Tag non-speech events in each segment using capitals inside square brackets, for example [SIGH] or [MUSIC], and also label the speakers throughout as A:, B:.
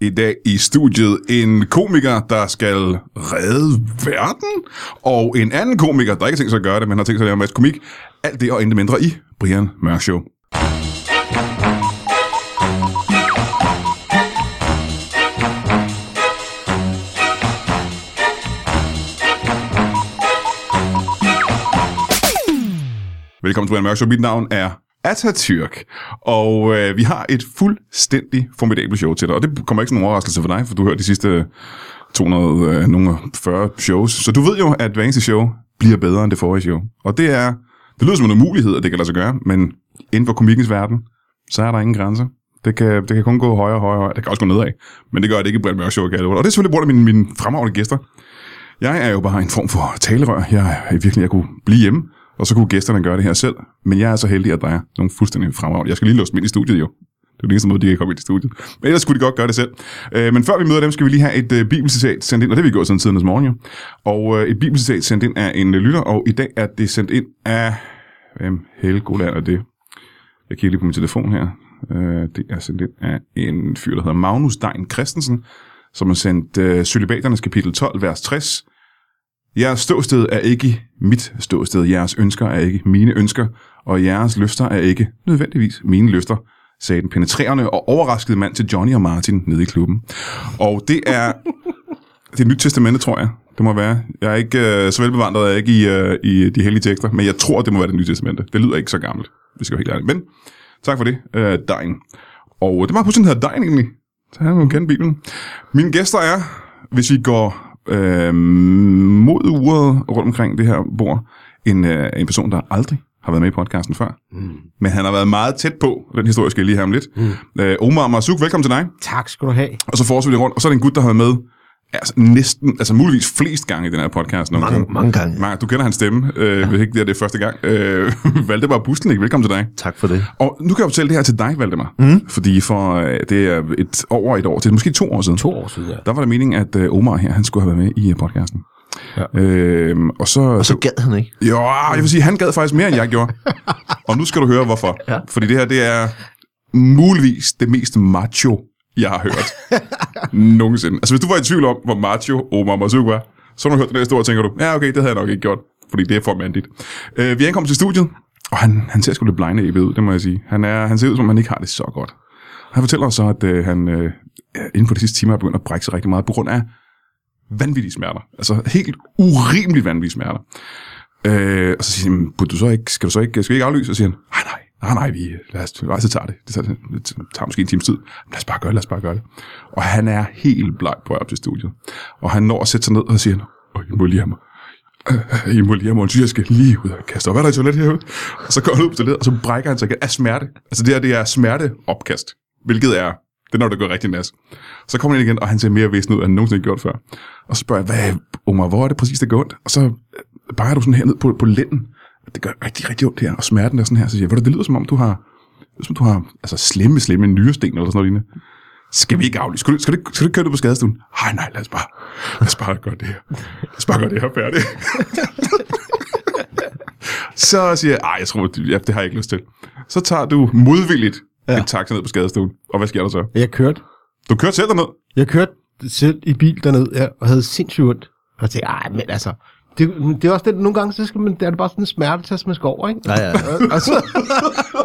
A: I dag i studiet en komiker, der skal redde verden, og en anden komiker, der ikke har tænkt sig at gøre det, men har tænkt sig at lave en masse komik. Alt det og intet mindre i Brian Mørk Show. Velkommen til Brian Mørk Show. Mit navn er Atatürk, og øh, vi har et fuldstændig formidabelt show til dig. Og det kommer ikke som en overraskelse for dig, for du hører de sidste øh, 240 shows. Så du ved jo, at hver eneste show bliver bedre end det forrige show. Og det er, det lyder som en umulighed, at det kan lade sig gøre, men inden for komikens verden, så er der ingen grænser. Det kan, det kan kun gå højere og højere, højere. Det kan også gå nedad, men det gør det ikke i Brian Mørk Show, kan jeg love dig. Og det er selvfølgelig på grund af mine, mine fremragende gæster. Jeg er jo bare en form for talerør. Jeg er virkelig, jeg kunne blive hjemme, og så kunne gæsterne gøre det her selv. Men jeg er så heldig, at der er nogle fuldstændig fremragende. Jeg skal lige låse dem ind i studiet jo. Det er jo den eneste måde, de kan komme ind i studiet. Men ellers skulle de godt gøre det selv. Øh, men før vi møder dem, skal vi lige have et øh, bibelcitat sendt ind, og det har vi gjort siden tidens morgen jo. Og øh, et bibelcitat sendt ind af en øh, lytter, og i dag er det sendt ind af... Hvem helgoland er det? Jeg kigger lige på min telefon her. Øh, det er sendt ind af en fyr, der hedder Magnus Dein Christensen, som har sendt øh, Sølibaternes kapitel 12, vers 60. Jeres ståsted er ikke mit ståsted. Jeres ønsker er ikke mine ønsker. Og jeres lyster er ikke nødvendigvis mine lyster, sagde den penetrerende og overraskede mand til Johnny og Martin nede i klubben. Og det er det nye testamente, tror jeg. Det må være. Jeg er ikke øh, så velbevandret, jeg er ikke i, øh, i de hellige tekster, men jeg tror, det må være det nye testamente. Det lyder ikke så gammelt, hvis jeg er helt ærlig. Men tak for det, øh, Dein. Og det var meget pludselig, han hedder Dein egentlig. Så han må kende bilen. Mine gæster er, hvis vi går øh, mod uret rundt omkring det her bord, en, øh, en person, der aldrig har været med i podcasten før. Mm. Men han har været meget tæt på, og den historie skal jeg lige have om lidt. Mm. Øh, Omar Marzuk, velkommen til dig.
B: Tak skal du have.
A: Og så fortsætter vi rundt, og så er det en gut, der har været med altså næsten, altså muligvis flest gange i den her podcast. Mange,
C: mange gange.
A: Mange, du kender hans stemme, øh, ja. hvis ikke det er det første gang. Øh, [LAUGHS] Valdemar Bustenik, velkommen til dig.
C: Tak for det.
A: Og nu kan jeg fortælle det her til dig, Valdemar. Mm. Fordi for øh, det er et, over et år til, måske to år siden.
B: To år siden, ja.
A: Der var det meningen, at øh, Omar her, han skulle have været med i øh, podcasten. Ja. Øhm, og så...
C: Og så gad han ikke.
A: jo, ah, jeg vil sige, han gad faktisk mere, end jeg gjorde. og nu skal du høre, hvorfor. Ja. Fordi det her, det er muligvis det mest macho, jeg har hørt nogensinde. Altså, hvis du var i tvivl om, hvor macho Omar Masuk var, så har du hørt den her historie, og tænker du, ja, okay, det havde jeg nok ikke gjort, fordi det er for mandigt. Øh, vi ankom til studiet, og han, han ser sgu lidt blindæbet ud, det må jeg sige. Han, er, han ser ud, som om han ikke har det så godt. Han fortæller os så, at øh, han øh, inden for de sidste timer er begyndt at brække sig rigtig meget, på grund af vanvittige smerter. Altså helt urimeligt vanvittige smerter. Øh, og så siger han, "Men burde du så ikke, skal du så ikke, skal vi ikke aflyse? Og så siger han, nej, nej, Ah, nej, nej, vi, lad os, lad os, det tager det. Det tager, det tager måske en times tid. Men Lad os bare gøre det, lad os bare gøre det. Og han er helt bleg på vej op til studiet. Og han når at sætte sig ned, og så siger han, åh, I må lige have mig. Øh, I må lige have mig, undskyld, jeg skal lige ud og kaste op. Er der i toilet herude? Og så går han ud på toilettet, og så brækker han sig igen af smerte. Altså det her, det er smerteopkast, hvilket er, det er når det går rigtig nas. Så kommer han ind igen, og han ser mere væsen ud, end han nogensinde har gjort før. Og så spørger jeg, hvad, Omar, hvor er det præcis, der går ondt? Og så øh, peger du sådan her ned på, på lænden. Det gør rigtig, rigtig ondt her, og smerten er sådan her. Så siger jeg, "Ved du, det lyder som om, du har, det lyder, som du har altså, slemme, slemme nyresten eller sådan noget lignende. Skal vi ikke aflyse? Skal du, skal du, ikke- skal du ikke køre det på skadestuen? Nej, nej, lad os bare, lad os bare gøre det her. Lad os bare gøre det her færdigt. Så siger jeg, ej, jeg tror, det, ja, det har jeg ikke lyst til. Så tager du modvilligt ja. en taxa ned på skadestuen. Og hvad sker der så?
B: Jeg kørte,
A: Du kører selv derned.
B: jeg kørte selv i bil derned, ja, og havde sindssygt ondt. Og jeg tænkte, ej, men altså, det, det er også det, nogle gange, så skal man, der er det bare sådan en smertetest, man skal over, ikke?
C: Ja, ja.
B: Og så,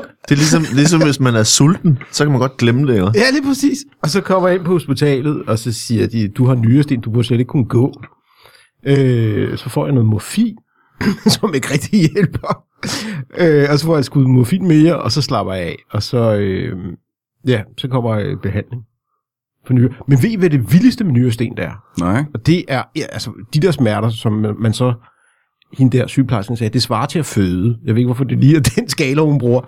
C: Det er ligesom, ligesom hvis man er sulten, så kan man godt glemme det, ikke?
B: ja, lige præcis. Og så kommer jeg ind på hospitalet, og så siger de, du har nyresten, du burde slet ikke kunne gå. Øh, så får jeg noget morfin, [LAUGHS] som ikke rigtig hjælper. Øh, og så får jeg et skud morfin mere, og så slapper jeg af. Og så, øh, ja, så kommer øh, behandling. For nyre. Men ved I, hvad det vildeste med nyresten der er?
A: Nej.
B: Og det er, ja, altså, de der smerter, som man, man så, hende der sygeplejersken sagde, det svarer til at føde. Jeg ved ikke, hvorfor det lige er [LAUGHS] den skala, hun bruger,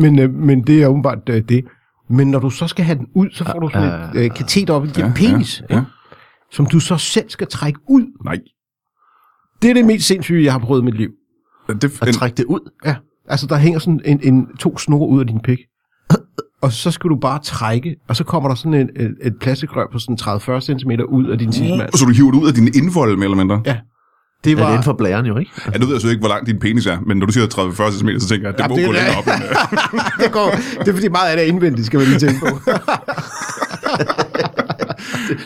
B: men, øh, men det er åbenbart øh, det. Men når du så skal have den ud, så får du sådan et øh, kateter op i din penis,
A: Ja, ja.
B: ikke? som du så selv skal trække ud.
A: Nej.
B: Det er det mest sindssyge, jeg har prøvet i mit liv.
A: Det,
C: Og
A: en,
C: trække det ud.
B: Ja, altså der hænger sådan en, en to snore ud af din pik. [COUGHS] Og så skal du bare trække, og så kommer der sådan en, et, et plastikrør på sådan 30-40 cm ud af din tidsmand.
A: Mm. så du hiver det ud af din indvold, mere eller mindre.
B: Ja, det
C: Ja, det er
B: var...
C: inden for blæren jo, ikke?
A: Ja, nu ved jeg så ikke, hvor lang din penis er, men når du siger 30-40 cm, så tænker jeg, at det
B: Ja,
A: må
B: det er
A: gå
B: det.
A: længere op. End, øh,
B: det, går, det er fordi meget af det er indvendigt, skal man lige tænke på.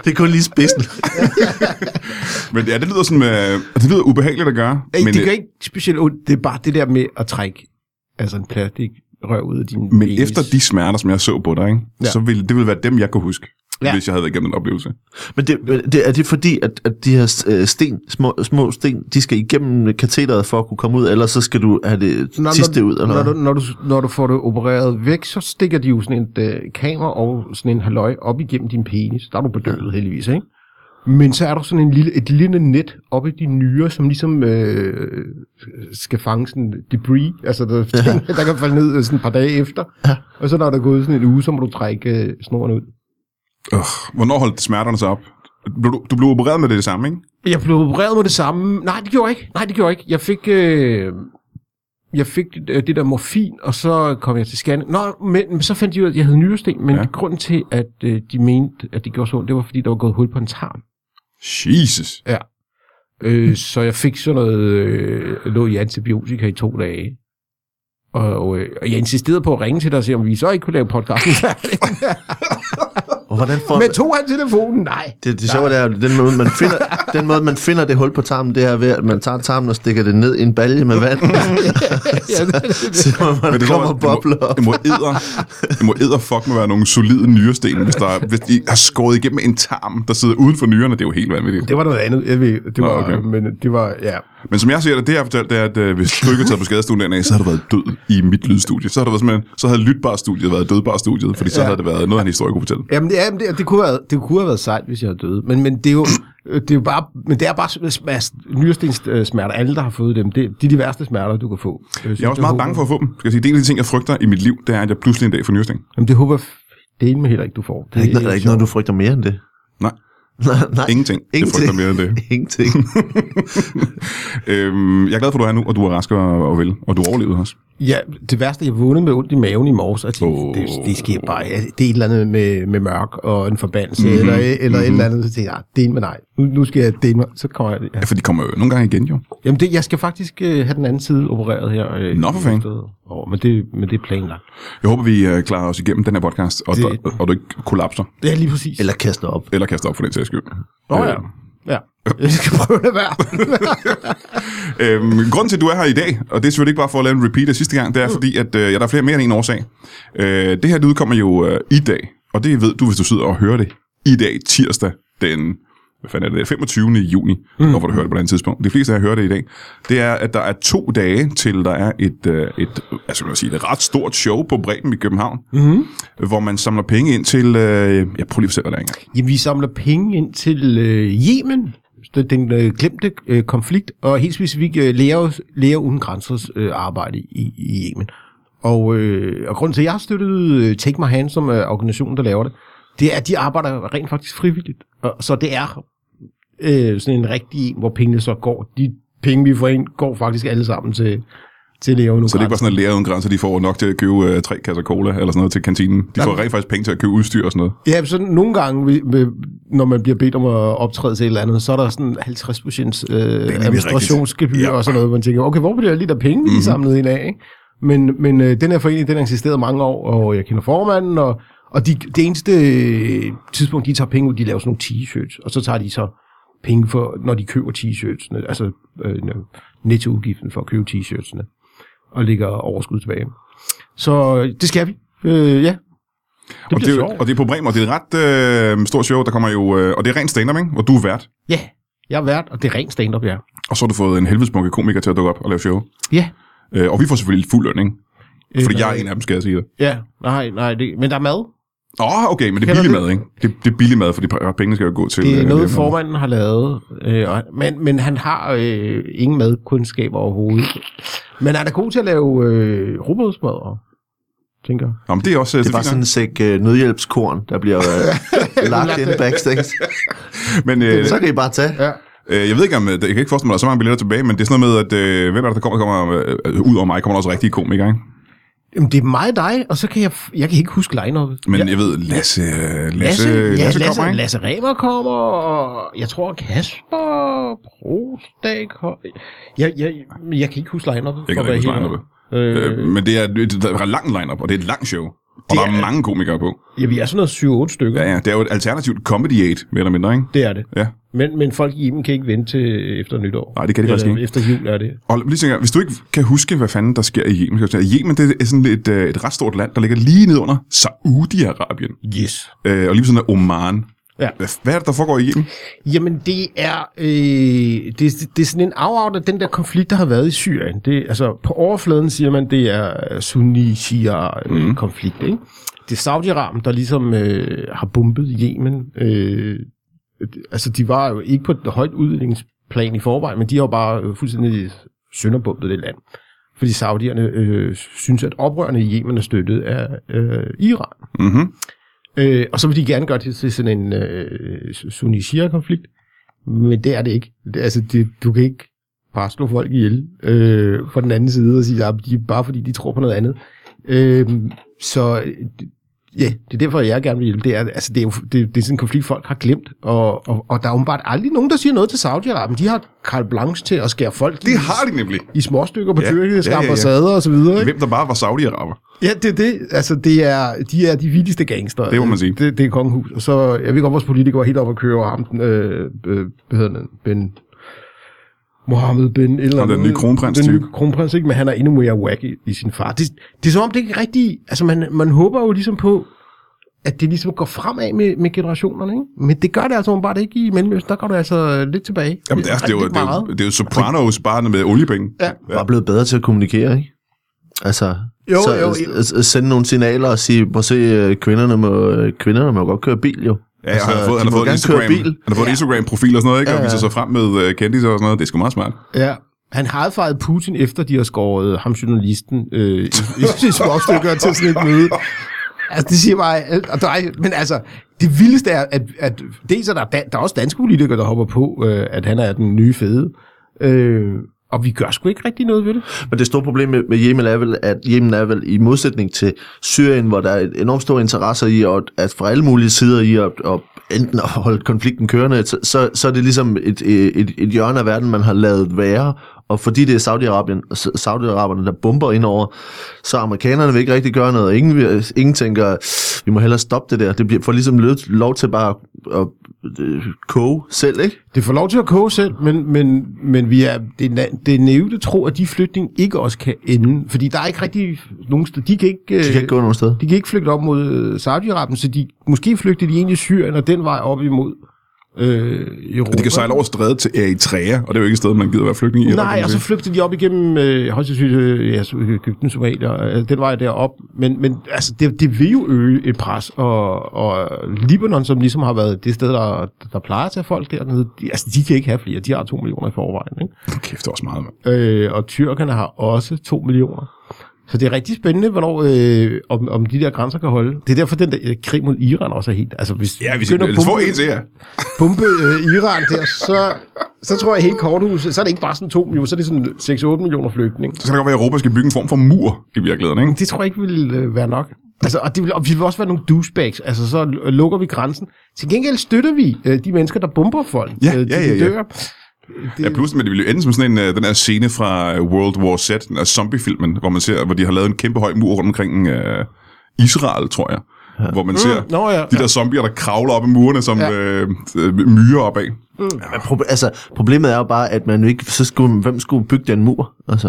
C: det er kun lige spidsen.
A: Men ja, det lyder sådan, øh, det lyder ubehageligt at gøre.
B: Ej,
A: men,
B: det gør
A: øh,
B: ikke specielt ondt. Det er bare det der med at trække altså en plastikrør ud af din
A: men efter de smerter, som jeg så på dig, ikke, ja.
B: Ja.
A: så ville, det ville være dem, jeg kunne huske, ja.
B: Ja.
A: hvis jeg havde været igennem en oplevelse.
C: Men det, det, er det fordi, at, at de her øh, sten, små, små sten, de skal igennem katheteret for at kunne komme ud, eller så skal du have det når, sidste ud? Eller
B: når,
C: hvad?
B: du, når, du, når du får det opereret væk, så stikker de jo sådan et øh, kamera og sådan en halløj op igennem din penis. Der er du bedøvet heldigvis, ikke? Men så er der sådan en lille, et lille net oppe i dine nyrer, som ligesom øh, skal fange sådan debris, altså der, ting, der kan falde ned øh, sådan et par dage efter. Ja. Og så når der er gået sådan en uge, så må du trække øh, snoren ud.
A: Øh, hvornår holdt smerterne så op? Blev Du, du blev opereret med det, det samme, ikke?
B: Jeg blev opereret med det samme. Nej, det gjorde jeg ikke. Nej, det gjorde jeg ikke. Jeg fik, øh, jeg fik øh, det der morfin, og så kom jeg til scanning. Nå, men, men så fandt de ud af, at jeg havde nyresten, men
A: Ja.
B: ja. grunden til, at øh, de mente, at det gjorde så ondt, det var, fordi der var gået hul på en tarm.
A: Jesus.
B: Øh, så jeg fik sådan noget, øh, lå i antibiotika i to dage. Og, øh, og jeg insisterede på at ringe til dig og se, om vi så ikke kunne lave podcasten [LAUGHS] færdig.
C: Og hvordan får
B: Men tog han telefonen? Nej.
C: Det, det sjove det er, at den måde, man finder, den måde, man finder det hul på tarmen, det er ved, at man tager tarmen og stikker det ned i en balje med vand. [LAUGHS]
B: ja, det, det,
C: så man
A: det
C: kommer bobler op.
A: Det må æder, det må æder fuck med være nogle solide nyresten, hvis, der, hvis de har skåret igennem en tarm, der sidder uden for nyrerne. Det er jo helt vanvittigt.
B: [LAUGHS] det var noget andet. Jeg ved, det
A: Nå,
B: var,
A: okay.
B: men det var, ja.
A: Men som jeg ser det, det jeg har fortalt, det er, at øh, hvis du ikke havde taget på skadestuen den af, så havde du været død i mit lydstudie. Så havde, det været simpelthen, så havde lytbarstudiet været dødbarstudiet, fordi så
B: Ja.
A: havde det været noget, han historie kunne fortælle.
B: Jamen, det, er, det, det, kunne have, været- det kunne have været sejt, hvis jeg havde døde. Men, men det er jo, øh, det er jo bare, men det er bare sm- nyrestenssmerter. Alle, der har fået dem, det, det er de værste smerter, du kan få. Øh, synes,
A: Jeg er også meget
B: håber-
A: bange for at få dem. Skal jeg sige, det er en af de ting, jeg frygter i mit liv, det er, at jeg pludselig en dag får nyresten.
B: Jamen, det håber jeg f- det er med heller ikke, du får.
C: Der er ikke, der er ikke
B: sjovt.
C: noget, du frygter mere end det.
A: Nej.
C: nej, nej.
A: Ingenting. Jeg frygter mere end det.
C: [LAUGHS] Ingenting.
A: Øhm, jeg er glad for, at du er her nu, og du er rask og, og vel, og du overlevede også.
B: Ja, det værste, jeg vågnede med ondt i maven i morges, og tænkte,
A: Åh.
B: oh. det, det sker bare. Ja, det er et eller andet med, med mørk og en forbandelse,
A: Mhm.
B: mm-hmm. eller, eller mm-hmm. et eller andet. Så tænkte jeg, det er med nej. Nu, nu skal jeg det med, så kommer jeg. Ja.
A: Ja, for de kommer jo nogle gange igen, jo.
B: Jamen, det, jeg skal faktisk øh, have den anden side opereret her. Øh,
A: Nå, for fanden.
B: Oh, men, det, men det er planlagt.
A: Jeg håber, vi øh, klarer os igennem den her podcast, og,
B: Det-
A: og, og du ikke kollapser,
B: Ja, lige præcis.
C: Eller kaster op.
A: eller kaster op for den sags skyld.
B: Nå ja. Ja. Jeg skal prøve at lade være.
A: Øhm, grunden til, at du er her i dag, og det er selvfølgelig ikke bare for at lave en repeat af sidste gang, det er
B: Mm.
A: fordi, at øh, ja, der er flere mere end en årsag. Øh, det her det udkommer jo øh, i dag, og det ved du, hvis du sidder og hører det i dag, tirsdag den hvad fanden er det, 25. juni, mm. når du hører det på et andet tidspunkt. De fleste af jer hører det i dag. Det er, at der er to dage til, der er et, øh, et, altså, jeg sige, et ret stort show på Bremen i København,
B: Mm-hmm.
A: mm. hvor man samler penge ind til, øh, jeg prøver lige at fortælle dig det engang.
B: [LAUGHS] Jamen, vi samler penge ind til øh, Yemen, Det er den øh, glemte øh, konflikt, og helt specifikt øh, læger, læger Uden Grænsers øh, arbejde i, i Yemen. Og, øh, og grunden til, at jeg har støttet øh, Take My Hand, som er organisationen, der laver det, det er, at de arbejder rent faktisk frivilligt. Og, så det er øh, sådan en rigtig en, hvor pengene så går. De penge, vi får ind, går faktisk alle sammen til, til læger Uden
A: Så det er ikke bare sådan, at læger uden grænser, de får nok til at købe øh, tre kasser cola eller sådan noget til kantinen. De får rent faktisk penge til at købe udstyr og sådan noget.
B: Ja, så nogle gange, vi- vi- når man bliver bedt om at optræde til et eller andet, så er der sådan 50 procent øh, administrationsgebyr
A: rigtigt. Ja. Mhm.
B: ja. og sådan noget, hvor man tænker, okay, hvor bliver lige der penge, vi mm-hmm. samlede ind af? Ikke? Men, men øh, den her forening, den har eksisteret mange år, og jeg kender formanden, og, og de, det eneste øh, tidspunkt, de tager penge ud, de laver sådan nogle t-shirts, og så tager de så penge for, når de køber t-shirtsene, altså øh, nettoudgiften for at købe t-shirtsene, og lægger overskud tilbage. Så øh, det skal vi. Øh, ja,
A: og, det,
B: bliver
A: er jo-
B: sjovt.
A: og det er på Bremer, og det er et ret øh, stort show, der kommer jo, øh, og det er rent stand-up, ikke? hvor du er vært.
B: Ja, jeg er vært, og det er rent stand-up, ja.
A: Og så har du fået en helvedesbunke komiker til at dukke op og lave show.
B: Ja.
A: Øh, og vi får selvfølgelig fuld løn, ikke? Fordi
B: Øh,
A: jeg er en af dem, skal jeg sige det.
B: Ja, nej, nej, det, men der er mad.
A: Åh, oh, okay, men det er
B: Kender
A: billig
B: du-
A: mad, ikke? Det, det er billig mad, fordi pengene skal jo gå til...
B: Det er
A: øh,
B: noget,
A: lægen.
B: formanden har lavet, øh, og, men, men han har øh, ingen madkundskab overhovedet. Men han er god til at lave øh, robotsmad, tænker jeg.
A: Nå, men det er også...
C: Det er bare sådan en sæk øh, nødhjælpskorn, der bliver
A: [LAUGHS]
C: øh, lagt ind backstage.
A: Men øh,
C: Så kan I bare tage.
B: Ja.
A: øh, jeg ved ikke om... øh, Jeg kan ikke forestille mig, at der er så mange billetter tilbage, men det er sådan noget med, at øh, hvem er det, der kommer? Der kommer øh, ud over mig kommer der også rigtige komikere, ikke?
B: Jamen, det er mig og dig, og så kan jeg, f- jeg kan ikke huske line
A: Men jeg ved, Lasse... Lasse, Lasse,
B: Lasse, ja,
A: Lasse
B: Lasse,
A: kommer, ikke?
B: Lasse Remer kommer, og jeg tror Kasper Brostad kommer. Jeg, jeg, jeg kan ikke huske line
A: Øh, Jeg kan ikke huske line-up'et. Øh, men det er, det er en lang lineup, og det er et langt show. Og der er mange komikere på.
B: Ja, vi er sådan noget 7-8 stykker.
A: Ja, ja. Det er jo et alternativt comedy aid, mere eller mindre, ikke?
B: Det er det.
A: Ja.
B: Men, men folk i Iben kan ikke vente til efter nytår.
A: Nej, det kan de
B: Eller
A: faktisk ikke.
B: Efter jul er det.
A: Og lige tænker, hvis du ikke kan huske, hvad fanden der sker i Yemen, skal jeg sige, at Yemen det er sådan et, øh, et ret stort land, der ligger lige ned under Saudi-Arabien.
B: Yes.
A: Øh, og lige ved siden af Oman.
B: Ja.
A: Hvad- Hvad er det, der foregår i Yemen?
B: Jamen, det er, øh, det, det er sådan en afart af den der konflikt, der har været i Syrien. Det, altså, på overfladen siger man, det er sunni-shia-konflikt, mm. ikke? Det er Saudi-Arabien, der ligesom øh, har bombet Yemen. Øh, det- altså, de var jo ikke på et højt udviklingsplan i forvejen, men de har jo bare øh, fuldstændig sønderbumpet det land. Fordi saudierne øh, synes, at oprørerne i Yemen er støttet af øh, Iran.
A: Mm-hmm.
B: Øh, og så vil de gerne gøre det til sådan en øh, sunni-shia-konflikt, men det er det ikke. Det, altså, det, du kan ikke bare slå folk ihjel øh, fra den anden side og sige, at de, bare fordi de tror på noget andet. Øh, så øh, ja, det er derfor, jeg gerne vil hjælpe. Det er, altså, det er, jo, det, det er sådan en konflikt, folk har glemt, og, og, og der er åbenbart aldrig nogen, der siger noget til Saudi-Arabien. De har carte blanche til at skære folk
A: Det
B: i,
A: har de nemlig.
B: i småstykker på
A: Ja,
B: ja, tyrkiske
A: ja, ja,
B: ja,
A: ja.
B: ambassader og så videre. Ikke?
A: Hvem der bare var saudi-araber.
B: Ja, det er det. Altså, det er, de er de vildeste gangster.
A: Det må man sige.
B: Det, det er kongehus. Og så, jeg ved godt, vores politikere var helt oppe at køre over ham, den, øh, øh, hvad hedder den, Ben... Mohammed Ben... et Eller
A: Ham, den nye kronprins,
B: Den nye
A: type.
B: kronprins, ikke? Men han er endnu mere wacky i sin far. Det, det er som om, det ikke rigtig... Altså, man, man håber jo ligesom på, at det ligesom går fremad med, med generationerne, ikke? Men det gør det altså bare ikke i Mellemøsten. Der går du altså lidt tilbage.
A: Jamen, det er, det, er jo,
B: Rigtig
A: det, er jo,
B: meget.
A: det er jo Sopranos bare med oliepenge.
B: Ja.
C: Ja. Bare blevet bedre til at kommunikere, ikke? Altså,
B: Jo,
C: så,
B: jo,
C: s- s- sende nogle signaler og sige, prøv at se, øh, kvinderne må, øh, kvinderne må godt køre bil, jo.
A: Ja, altså, han har fået,
C: de
A: han har
C: må
A: fået en
C: gerne køre
A: Instagram, han har fået en Instagram-profil og sådan noget, ikke? Og
C: Ja, ja.
A: viser sig frem med uh, kendtiser og sådan noget. Det er sgu meget smart.
B: Ja. Han har fejret Putin, efter de har skåret ham journalisten øh, i, [LAUGHS] i, i småstykker til sådan et møde. Altså, det siger bare alt. Og der er, men altså, det vildeste er, at, at dels er der, dan- der er også danske politikere, der hopper på, øh, at han er den nye fede. Øh, og vi gør sgu ikke rigtig noget ved det.
C: Men det store problem med, med Yemen er vel, at Yemen er vel i modsætning til Syrien, hvor der er et enormt stor interesse i, at, at fra alle mulige sider i at, at enten at holde konflikten kørende, så, så, så er det ligesom et, et, et hjørne af verden, man har lavet være. Og fordi det er Saudi-Arabien, S- Saudi-Araberne, der bomber indover, så amerikanerne vil ikke rigtig gøre noget. Ingen, vil- ingen tænker, vi må hellere stoppe det der. Det bliver, får ligesom lov, lov til bare at, at øh, koge selv, ikke?
B: Det får lov til at koge selv, men, men, men vi er, det, er, na- det er nævnt at tro, at de flygtninge ikke også kan ende. Fordi der er ikke rigtig nogen sted. De kan ikke, øh,
C: De kan ikke gå nogen sted.
B: De kan ikke flygte op mod øh, Saudi-Arabien, så de, måske flygter de egentlig i Syrien og den vej op imod øh, Europa.
A: Og de kan sejle over strædet til Eritrea, og det er jo ikke et sted, man gider være flygtning i. eller hvad
B: Nej, altså
A: man
B: og så
A: siger.
B: flygter de op igennem øh, højst sandsynligt øh, ja, så Ægypten, Somalia, øh, den vej derop. Men, men altså, det, det vil jo øge et pres, og, og Libanon, som ligesom har været det sted, der, der plejer at tage folk dernede, de, altså, de kan ikke have flere, de har to millioner i forvejen. Ikke?
A: Kæft, det er også meget, mand.
B: øh, og tyrkerne har også 2 millioner. Så det er rigtig spændende, hvornår, øh, om, om de der grænser kan holde. Det er derfor, den der øh, krig mod Iran også er helt... Altså, hvis
A: Ja,
B: vi
A: hvis I
B: begynder at
A: ellers får
B: bombe-
A: en til jer.
B: bombe øh, Iran der, så, så tror jeg, hele korthuset, så er det ikke bare sådan 2 millioner, så er det sådan 6-8 millioner flygtninge.
A: Så kan det godt være, at Europa skal bygge en form for mur i virkeligheden, ikke?
B: Det tror jeg ikke ville øh, være nok. Altså, og, det vil, og vi vil også være nogle douchebags. Altså, så l- lukker vi grænsen. Til gengæld støtter vi øh, de mennesker, der bomber folk. Øh,
A: Ja,
B: de,
A: ja, ja,
B: de
A: ja.
B: dør.
A: Ja, pludselig, men det ville jo ende som sådan en, øh, den her scene fra øh, World War Z, den her zombiefilmen, hvor man ser, hvor de har lavet en kæmpe høj mur rundt omkring øh, Israel, tror jeg. Ja. Hvor man ser
B: Mm. nå ja,
A: de der zombier, der kravler op i murene som ja.
B: Ja.
A: øh, øh, myrer opad.
C: Men proble- altså, problemet er jo bare, at man jo ikke, så skulle, hvem skulle bygge den mur? Altså,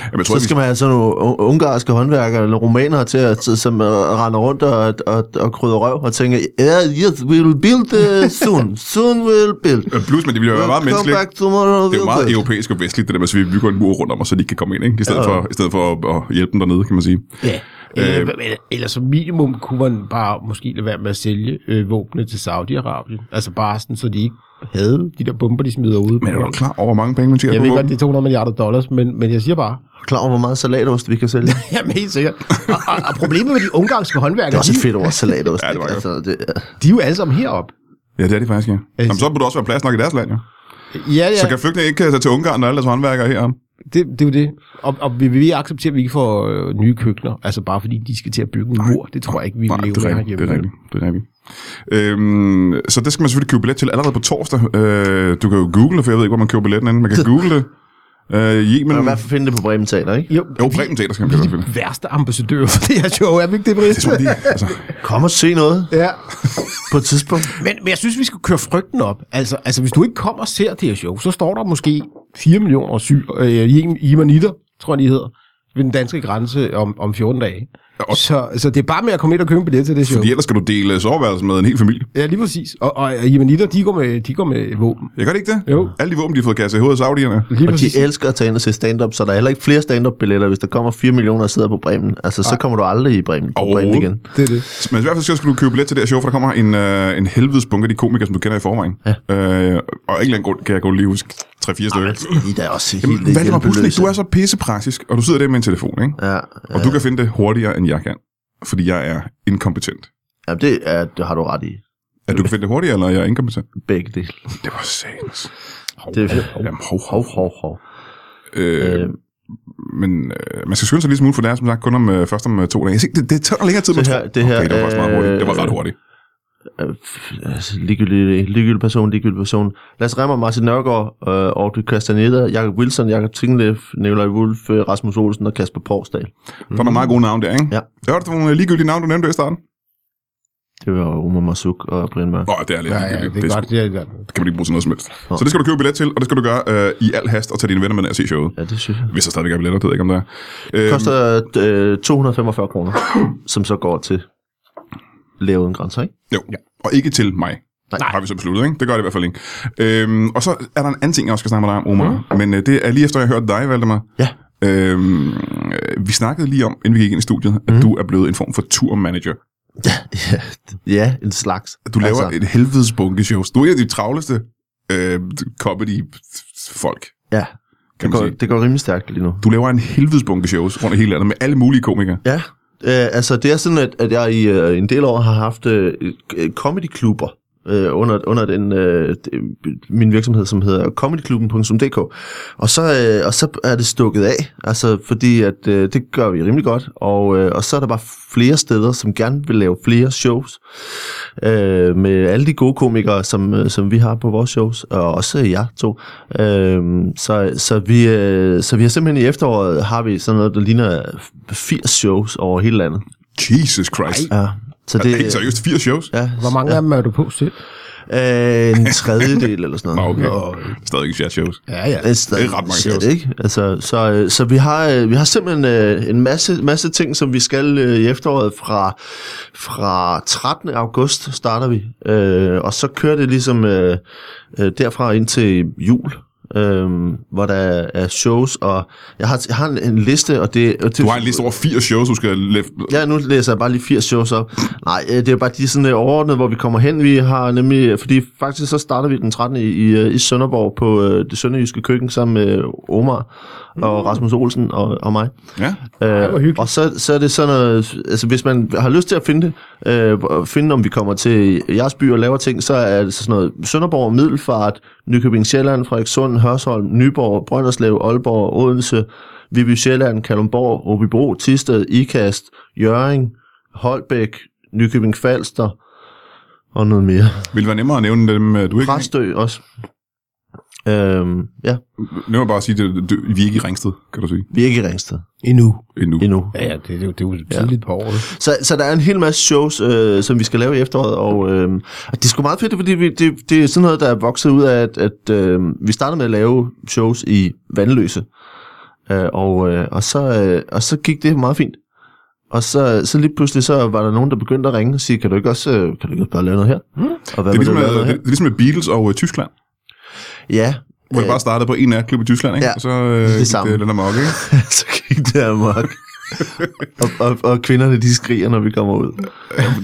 A: Jamen, jeg tror,
C: så skal man have sådan nogle un- ungarske håndværkere eller romanere til, at, som uh, render rundt og, og, og krydder røv og tænker, yeah, yes, we will build uh,
A: [LAUGHS]
C: soon, soon we will build.
A: at vi, Øh, plus, men det ville jo være meget
C: We'll come
A: menneskeligt.
C: back tomorrow,
A: Det er jo
C: we'll
A: meget
C: build.
A: europæisk og vestligt, det der med, at vi bygger en mur rundt om os, så de ikke kan komme ind, ikke? I stedet,
C: Ja.
A: for, i stedet for at, at hjælpe dem dernede, kan man sige.
B: Ja, eller, øh, eller som minimum kunne man bare måske lade være med at sælge øh, våbne til Saudi-Arabien. Altså bare sådan, så de ikke havde de der bomber, de smider ud.
A: Men er du klar over, hvor mange penge man tjener
B: jeg
A: på
B: ved godt,
A: våben?
B: det er 200 milliarder dollars, men, men jeg siger bare.
A: [LAUGHS]
C: Klar over, hvor meget salatost vi kan sælge. Det
B: Jamen helt sikkert. Og, og, og problemet med de ungarske
C: er
B: håndværkere,
C: også et
B: de,
C: fedt ord, salatost.
A: Ja, det var
C: ikke? altså, det, er-
B: de er jo alle sammen heroppe.
A: Ja, det er det faktisk, ja. Jamen, så burde der også være plads nok i deres land, jo.
B: Ja, ja,
A: Så kan flygtninge ikke øh, tage til Ungarn og alle deres håndværkere herom.
B: det, det er jo det. Og, og vi vil ikke acceptere, at vi ikke får øh, nye køkkener, altså bare fordi de skal til at bygge en mur. Det tror jeg ikke, vi vil
A: Nej,
B: leve
A: det er
B: med
A: rigtigt.
B: herhjemme.
A: Det er rigtigt. Det er rigtigt. Øhm, så det skal man selvfølgelig købe billet til allerede på torsdag. Øh, du kan jo google det, for jeg ved ikke, hvor man køber billetten inden. Man kan google det. Øh, Yemen...
C: Man kan i hvert fald finde det på Bremen Teater, ikke?
B: Jo,
A: Jo, Bremen Teater skal man kalde det, selvfølgelig.
B: værste ambassadør for det her show, er vi ikke det, Brian?
A: Det tror jeg, de- altså,
C: Kom og se noget
B: [LAUGHS] Ja.
C: på et tidspunkt.
B: Men, men jeg synes, vi skal køre frygten op. Altså, altså hvis du ikke kommer og ser det her show, så står der måske 4 millioner syg, øh, yemen- jemenitter, tror jeg, de hedder, ved den danske grænse om, om 14 dage.
A: Og-
B: Så, så det er bare med at komme ind og købe en billet til det show.
A: fordi ellers skal du dele øh, soveværelse med en hel familie.
B: Ja, lige præcis. Og, og, og jemenitter, de går med, de går med våben.
A: Jeg gør det ikke det?
B: Jo.
A: Alle de våben, de har fået kastet i hovedet af saudierne.
B: Lige
C: Og
B: præcis.
C: de elsker at tage ind og se stand-up, så der er heller ikke flere stand-up-billetter, hvis der kommer 4 millioner og sidder på Bremen. Altså, så kommer du aldrig i Bremen, på Bremen
A: Overhovedet.
C: igen.
B: Det er det.
A: Men i hvert fald så skal du købe billet til det her show, for der kommer en, øh, en helvedes bunke af de komikere, som du kender i forvejen. Ja. Øh, og af en eller anden grund kan jeg godt lige huske 3-4 stykker.
C: altså, I er da også helt
A: Jamen, Valdemar Busnik,
C: hjælpeløse.
A: du er så pissepraktisk, og du sidder der med en telefon, ikke?
C: Ja,
A: Og du kan finde det hurtigere, end jeg kan, fordi jeg er inkompetent.
C: ja det, er, det har du ret i.
A: At du kan finde det hurtigere, eller jeg er inkompetent?
C: Begge dele.
A: Det var satans.
C: Det,
A: Jamen, hov, hov.
C: hov, hov, hov.
A: Øh,
C: Øhm.
A: men øh, man skal skynde sig lige smule, for det er som sagt kun om, øh, først om øh, to dage. Jeg siger, det, det tager længere tid,
C: Det
A: man
C: her-
A: tror.
C: det her,
A: okay, det var faktisk meget hurtigt. Det var ret
C: øh,
A: hurtigt.
C: Øh, f- altså, ligegyldig, ligegyldig person, ligegyldig person. Lasse Remmer, Martin Nørgaard, øh, Audrey Castaneda, Jakob Wilson, Jakob Tinglef, Nikolaj Wulf, øh, Rasmus Olsen og Kasper Porsdal.
A: Der er nogle meget gode navne der, ikke?
C: Ja.
A: Det var nogle øh, ligegyldige navne, du nævnte i starten.
C: Det var Omar Masuk og Brian Mørk.
A: Nå, det er lidt
B: Ja, ja,
A: ligegyldigt.
B: det er godt.
A: sgu-
B: Det er godt.
A: Det kan man ikke bruge til noget som helst. Så det skal du købe billet til, og det skal du gøre øh, i al hast og tage dine venner med ned og se showet.
C: Ja, det synes jeg.
A: Hvis der stadigvæk er billetter, det ved jeg ikke, om der er.
C: Det
A: Øh,
C: koster øh, 245 [COUGHS] kroner, som så går til Lave Uden Grænser, ikke?
A: Jo, ja. og ikke til mig.
C: Nej.
A: Har vi så besluttet, ikke? Det gør det i hvert fald ikke. Øhm, og så er der en anden ting, jeg også skal snakke med dig om, Omar. Mm. Men øh, det er lige efter, jeg hørte dig, Valdemar.
C: Ja.
A: Øhm, øh, vi snakkede lige om, inden vi gik ind i studiet, at du er blevet en form for turmanager.
C: Ja, ja en slags.
A: Du laver altså. et helvedes bunke shows. Du er en af de travleste øh, comedy-folk,
C: Ja,
A: kan
C: det
A: man
C: går,
A: sige.
C: det går rimelig stærkt lige nu.
A: Du laver en helvedes bunke shows rundt i hele landet med alle mulige komikere.
C: Ja, øh, altså det er sådan, at, at jeg i øh, en del år har haft øh, øh, comedyklubber øh, under, under den, øh, det- min virksomhed, som hedder comedyklubben.dk. Og så, øh, og så er det stukket af, altså fordi at, øh, det gør vi rimelig godt, og, øh, og så er der bare flere steder, som gerne vil lave flere shows øh, med alle de gode komikere, som, øh, som vi har på vores shows, og også jer to. Øh, så, så, vi, øh, så vi har simpelthen i efteråret, har vi sådan noget, der ligner 80 shows over hele landet.
A: Jesus Christ.
C: Ja, så
A: Det, Helt
C: det
A: seriøst, fire shows?
C: Ja,
B: Hvor mange af dem er du på selv?
C: øh, en tredjedel eller sådan
A: Nå,
C: noget.
A: Ah, okay. Stadig ikke shit shows.
B: Ja, ja.
C: Det er, stadig,
A: ret mange
C: shit,
A: shows.
C: ikke? Altså, så, øh, så vi har øh, vi har simpelthen øh, en masse masse ting som vi skal øh, i efteråret fra fra 13. august starter vi. Øh, og så kører det ligesom øh, øh, derfra ind til jul. Øhm, hvor der er shows og jeg har jeg har en, en liste og det, og det
A: Du har en liste over fire shows, du skal læfte.
C: Ja, nu læser jeg bare lige 80 shows op. Nej, øh, det er bare de sådan øh, overordnede, hvor vi kommer hen. Vi har nemlig, øh, fordi faktisk så starter vi den 13. i, i, øh, i Sønderborg på øh, det sønderjyske køkken sammen med øh, Omar og Rasmus Olsen og, og mig.
A: Ja.
B: hvor
C: Øh,
B: hyggeligt.
C: og så, så er det sådan noget, altså hvis man har lyst til at finde det, øh, hvor- finde om vi kommer til jeres by og laver ting, så er det sådan noget Sønderborg, Middelfart, Nykøbing Sjælland, Frederikssund, Hørsholm, Nyborg, Brønderslev, Aalborg, Odense, Viby Sjælland, Kalundborg, Åbibro, Tisted, Ikast, Jøring, Holbæk, Nykøbing Falster og noget mere.
A: Vil det være nemmere at nævne dem, øh, du ikke
C: Præstø også. Øhm, ja,
A: Nu må jeg bare sige, det, det, vi er ikke i Ringsted, kan du sige,
C: vi er ikke i Ringsted
B: Endnu.
A: endnu.
C: endnu.
B: Ja, ja, det, det, er jo- det er jo tidligt på året.
C: Så, så der er en hel masse shows, øh, som vi skal lave i efteråret, og, øh, og det er sgu meget fedt, fordi vi, det, det er sådan noget, der er vokset ud af, at, at øh, vi startede med at lave shows i Vandløse, øh, og, øh, og, så, øh, og så gik det meget fint. Og så, så lige pludselig så var der nogen, der begyndte at ringe og sige, kan du ikke også, øh, kan du ikke også bare lave noget her? Mm.
A: Det er,
C: Og hvad med
A: ligesom,
C: lave
A: med, det,
C: noget her?
A: det er ligesom med Beatles og øh, Tyskland,
C: Ja,
A: hvor det
C: Øh.
A: bare startede på en nærklub i Tyskland, ikke?
C: Ja,
A: og så øh,
C: det
A: gik
C: samme.
A: det den amok, ikke?
C: [LAUGHS] så gik det amok. og, og, og kvinderne, de skriger, når vi kommer ud.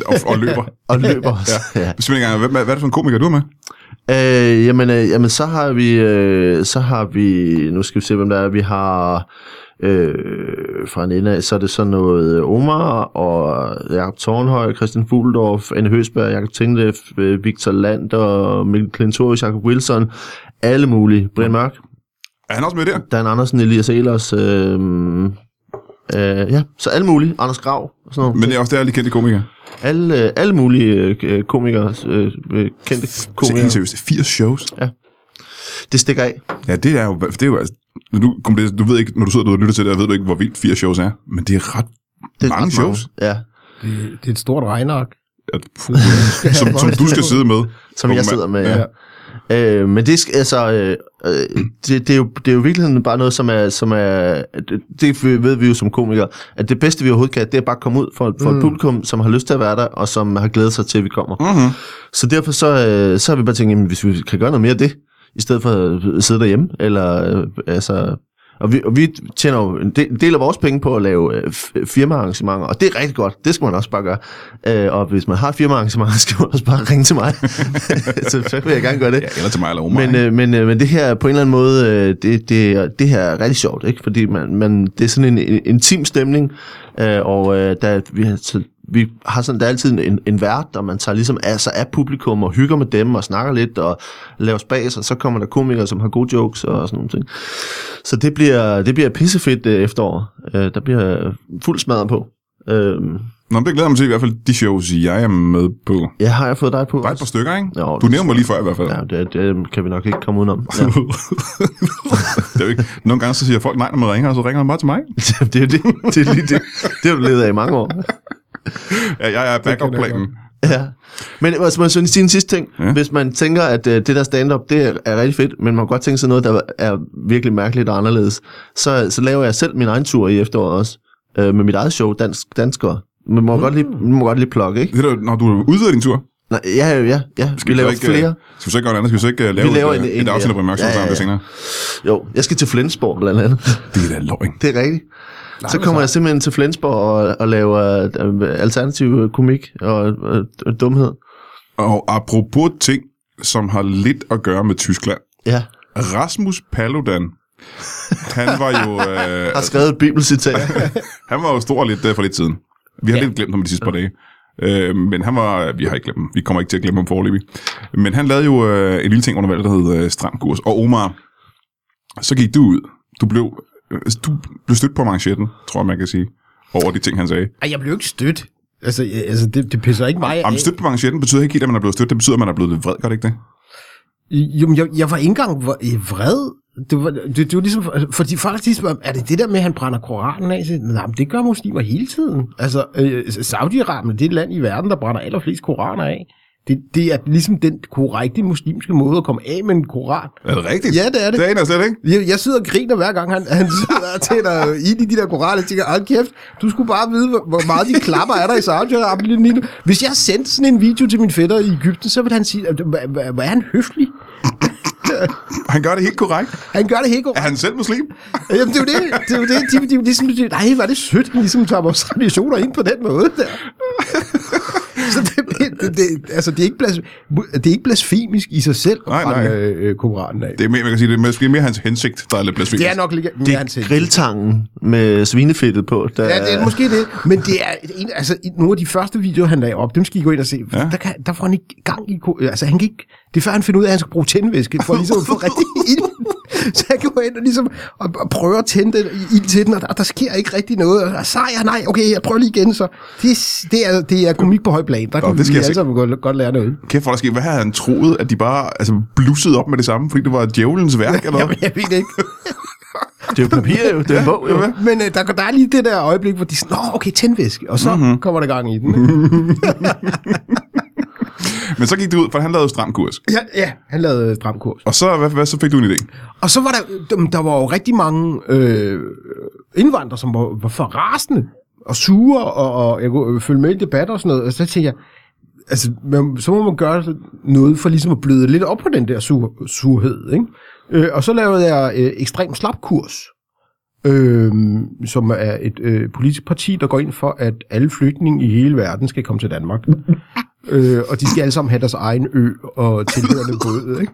A: og, og løber. [LAUGHS]
C: Og løber også. ja.
A: Hvis man ikke engang, hvad, hvad, hvad er det for en komiker, du er med?
C: Øh, jamen, øh, jamen, så har vi, øh, så har vi, nu skal vi se, hvem der er, vi har, øh, fra en ende af, så er det sådan noget øh, Omar og Jakob Tornhøj, Christian Fugeldorf, Anne Høsberg, Jakob Tinglef, øh, Victor Land og Mikkel Klintorius, Jakob Wilson, alle mulige, Brian Mørk,
A: Er han også med der?
C: Dan Andersen, Elias Ehlers, øh, øh, ja, så alle mulige, Anders Grav og sådan noget.
A: Men det er også der, alle de kendte komikere.
C: Alle, øh, alle mulige øh, øh, komikere, øh, øh, kendte
A: Komikere.
C: komikere,
A: Seriøst, 80 shows.
C: det stikker af.
A: Ja, det er jo, det er jo altså, Men du, kom det, du ved ikke, når du sidder derude og lytter til det, her, ved du ikke, hvor vildt fire shows er. Men det er ret
C: Det er
A: mange
C: ret
A: shows,
C: Ja,
B: Det, det er et stort regnark.
A: at, som, som du skal sidde med.
C: som jeg sidder med.
A: Ja.
C: Ja. Øh, men det, sk- altså, øh, øh, det, det, er jo, det er jo i virkeligheden bare noget, som er, som er det, det ved vi jo som komikere, at det bedste, vi overhovedet kan, det er bare at komme ud for, for mm. et publikum, som har lyst til at være der, og som har glædet sig til, at vi kommer.
A: Mhm.
C: Så derfor så, øh, så har vi bare tænkt, jamen, hvis vi kan gøre noget mere af det, i stedet for at sidde derhjemme, eller øh, altså... Og vi, og vi tjener jo en del, en del af vores penge på at lave øh, f- firmaarrangementer, og det er rigtig godt. Det skal man også bare gøre. Øh, og hvis man har et firmaarrangement, [LAUGHS] så skal man også bare ringe til mig. [LAUGHS] så, så vil jeg gerne gøre det.
A: Ja, eller til mig eller Omar.
C: Men, øh, men, øh, men det her på en eller anden måde, øh, det, det, det her er rigtig sjovt, ikke? fordi man, man, det er sådan en, en intim stemning, øh, og øh, der, vi, har- så, vi har sådan, der er altid en, en vært, og man tager ligesom af sig af publikum og hygger med dem og snakker lidt og laver spas, og så kommer der komikere, som har gode jokes og sådan nogle ting. Så det bliver, det bliver pissefedt øh, efterår. Øh, der bliver fuld smadret på. Øh,
A: Nå, men det glæder jeg mig til i hvert fald de shows, jeg er med på.
C: ja, har jeg fået dig på?
A: Bare et par stykker, ikke?
C: Jo,
A: du
C: det
A: nævner mig lige før i hvert fald.
C: Ja, det, det kan vi nok ikke komme udenom. Ja.
A: [LAUGHS] det er jo ikke. Nogle gange så siger folk nej, når man ringer, og så ringer man bare til mig.
C: [LAUGHS] det er jo det. Det er lige det. Det har du levet af i mange år.
A: Ja, jeg er backup-planen.
C: Ja. Men altså, man synes, en sidste ting.
A: Ja.
C: Ja. Hvis man tænker, at uh, det der stand-up, det er, er rigtig fedt, men man kan godt tænke sig noget, der er virkelig mærkeligt og anderledes, så, så laver jeg selv min egen tur i efteråret også, uh, med mit eget show, Dansk Danskere. Man må, mm. godt lige, man må godt lige plukke, ikke?
A: Det er, da- når du udvider din tur,
C: Nej, ja, ja, ja. Skal vi lave
A: så ikke, øh,
C: flere?
A: Skal vi så ikke gøre noget andet? Skal vi så ikke øh, lave
C: Vi laver
A: et,
C: en-
A: øh, et
C: en-
A: afsnit af
C: ja.
A: Brimark ja,
C: Ja, ja,
A: ja, ja.
C: ja.
A: senere?
C: Jo, jeg skal til Flensborg blandt andet. [LAUGHS]
A: Det er da løgn.
C: det er rigtigt. Nej, så
B: men
C: kommer
B: så-
C: jeg simpelthen til Flensborg og, og laver øh, alternativ øh, komik og, og, og dumhed.
A: Og apropos ting, som har lidt at gøre med Tyskland.
C: Ja.
A: Rasmus Paludan, han var jo,
B: [LAUGHS]
A: øh,
C: Jeg har skrevet et bibelcitat. [LAUGHS]
A: han var jo stor lidt øh, for lidt siden. Vi har ja.
B: Ja.
A: lidt glemt ham de sidste par dage. Øh, men han var, vi har ikke glemt ham. Vi kommer ikke til at glemme ham forløbig. Men han lavede jo øh, en lille ting under valget, der hed øh, Stram Kurs. Og Omar, så gik du ud. Du blev, øh, du blev stødt på manchetten, tror jeg, man kan sige, over de ting, han sagde.
B: Ej, jeg blev ikke stødt. Altså, jeg- altså det, det pisser ikke mig af.
A: Jamen, stødt på manchetten betyder ikke helt, at man er blevet stødt. Det betyder, at man er blevet lidt vred, gør det ikke det?
B: Jo, men jeg, jeg var ikke engang vr- øh, vred. Det var, det, det var ligesom, fordi folk de spørger, er det det der med, at han brænder koranen af? Så, siger jeg, nej, men det gør muslimer hele tiden. Altså, øh, Saudi-Arabien det er et land i verden, der brænder allerflest koraner af. Det, det er ligesom den korrekte muslimske måde at komme af med en koran.
A: Er det rigtigt?
B: Ja, det er det.
A: Det aner jeg slet ikke.
B: Jeg, jeg sidder og griner hver gang, han, han sidder og tænder ind i de der koraner. Jeg tænker, hold kæft, du skulle bare vide, hvor, hvor meget de klapper er der i Saudi-Arabien lige nu. Hvis jeg sendte sådan en video til min fætter i Ægypten, så ville han sige, at, hvor- hvor hvor er han høflig?
A: Han gør det helt korrekt.
B: Han gør det helt godt.
A: Er han selv muslim?
B: Jamen, det er jo det. Det er jo det. De, de, de, ligesom, de, nej, hvor er det sødt, han ligesom tager vores traditioner ind på den måde der. Så det, det, det, det, altså, det, er ikke blas, det er ikke blasfemisk i sig selv at
A: Nej, nej.
B: brænde øh, øh, koranen af.
A: Det er mere, man kan sige, det er måske mere hans hensigt, der er lidt blasfemisk.
B: Det er nok lidt mere
C: Det er
B: ansigt.
C: grilltangen med svinefedtet på. Der,
B: Ja, det er måske det. Øh. Men det er en, altså, i- nogle af de første videoer, han lagde op, dem skal I gå ind og se.
A: Ja.
B: Ja. Der, kan, der får han ikke gang i... ko- Altså, han kan ikke, det er før, han finder ud af, at han skal bruge tændvæske, for ligesom [LAUGHS] at få rigtig ild. Så han går ind og, ligesom, og, og prøver at tænde den, i- ild til den, og der, og der sker ikke rigtig noget. Og, sej, ja, nej, okay, jeg prøver lige igen, så. Det, er- det, er, det er komik på høj plan. Der kan
A: det skal
B: vi
A: jeg se.
B: alle sammen godt, godt lære noget.
A: Kæft, hvor der skete. Hvad havde han troet, at de bare altså, blussede op med det samme, fordi det var djævelens værk, eller hvad?
B: Jamen, jeg ved
A: [LAUGHS]
B: det ikke.
C: det er jo papir, jo. Det er en bog, jo.
B: Men øh, der, der er lige det der øjeblik, hvor de sådan, nå, okay, tændvæske, og så
A: Mhm.
B: mm-hmm. kommer der gang i den. Ikke?
A: Men så gik det ud, for han lavede stram kurs.
B: Ja, ja, han lavede stram kurs.
A: Og så, hvad, hvad, så fik du en idé.
B: Og så var der, dem- der var jo rigtig mange øh, indvandrere, som var, var for rasende og sure, og, og jeg kunne øh, følge med i debatter og sådan noget, og så tænkte jeg, altså, man, så må man gøre noget for ligesom at bløde lidt op på den der sur, surhed, ikke? Øh, og så lavede jeg øh, ekstrem slapkurs, øh, som er et øh, politisk parti, der går ind for, at alle flygtninge i hele verden skal komme til Danmark. øh, og de skal alle sammen have deres egen ø og tilhørende båd, ikke?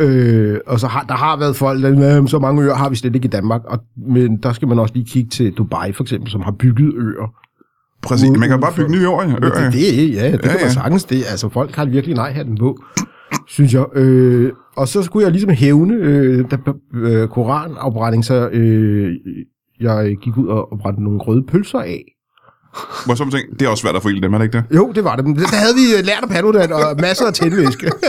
B: Øh, og så har, der har været folk, der, "Nå, så mange øer har vi slet ikke i Danmark, og, men der skal man også lige kigge til Dubai for eksempel, som har bygget øer.
A: Præcis. Man kan bare bygge nye år, ja.
B: Uh, Men
A: Øer, ja.
B: Det, det, ja, det ja, kan
A: ja.
B: man sagtens. Det, altså, folk har virkelig nej hatten på, synes jeg. Øh, og så skulle jeg ligesom hævne øh, der, øh, koranafbrænding, så øh, jeg gik ud og, og brændte nogle røde pølser af.
A: Hvor så man tænkte, det er også svært at få ild i dem, er det ikke det?
B: Jo, det var det. Men Der havde vi øh, lært af Paludan og masser af tændvæske. [LAUGHS]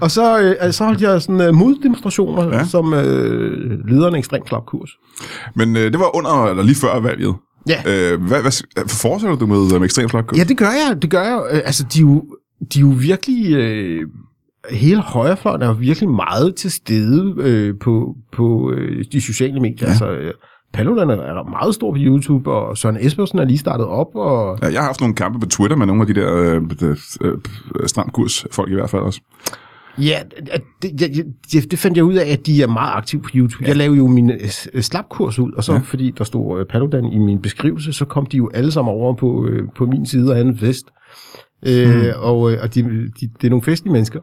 B: Og så, øh, altså, så holdt jeg sådan øh, moddemonstrationer,
A: Ja.
B: ja. som øh, lederne ekstremt slap kurs.
A: Men øh, det var under, eller lige før valget.
B: Ja.
A: Øh, hvad, hvad, fortsætter du med, øh, med ekstrem slagkøb?
B: Ja, det gør jeg. Det gør jeg. jo. Øh, Altså, de er jo, de er jo virkelig... Øh, hele højrefløjen er jo virkelig meget til stede øh, på, på øh, de sociale medier. Ja. Altså, øh, Paludan er- er meget stor på YouTube, og Søren Espersen er lige startet op, og
A: Ja, Jeg har haft nogle kampe på Twitter med nogle af de der øh, øh, øh, stramkurs folk i hvert fald også.
B: Ja, at det, jeg, jeg- det, det fandt jeg ud af, at de er meget aktive på YouTube. Ja. Jeg lavede jo min øh, s- øh, slapkurs ud, og så ja. fordi der stod øh, Paludan i min beskrivelse, så kom de jo alle sammen over på, øh, på min side og havde en fest. Øh, Og, øh, og de, de, det er nogle festlige mennesker.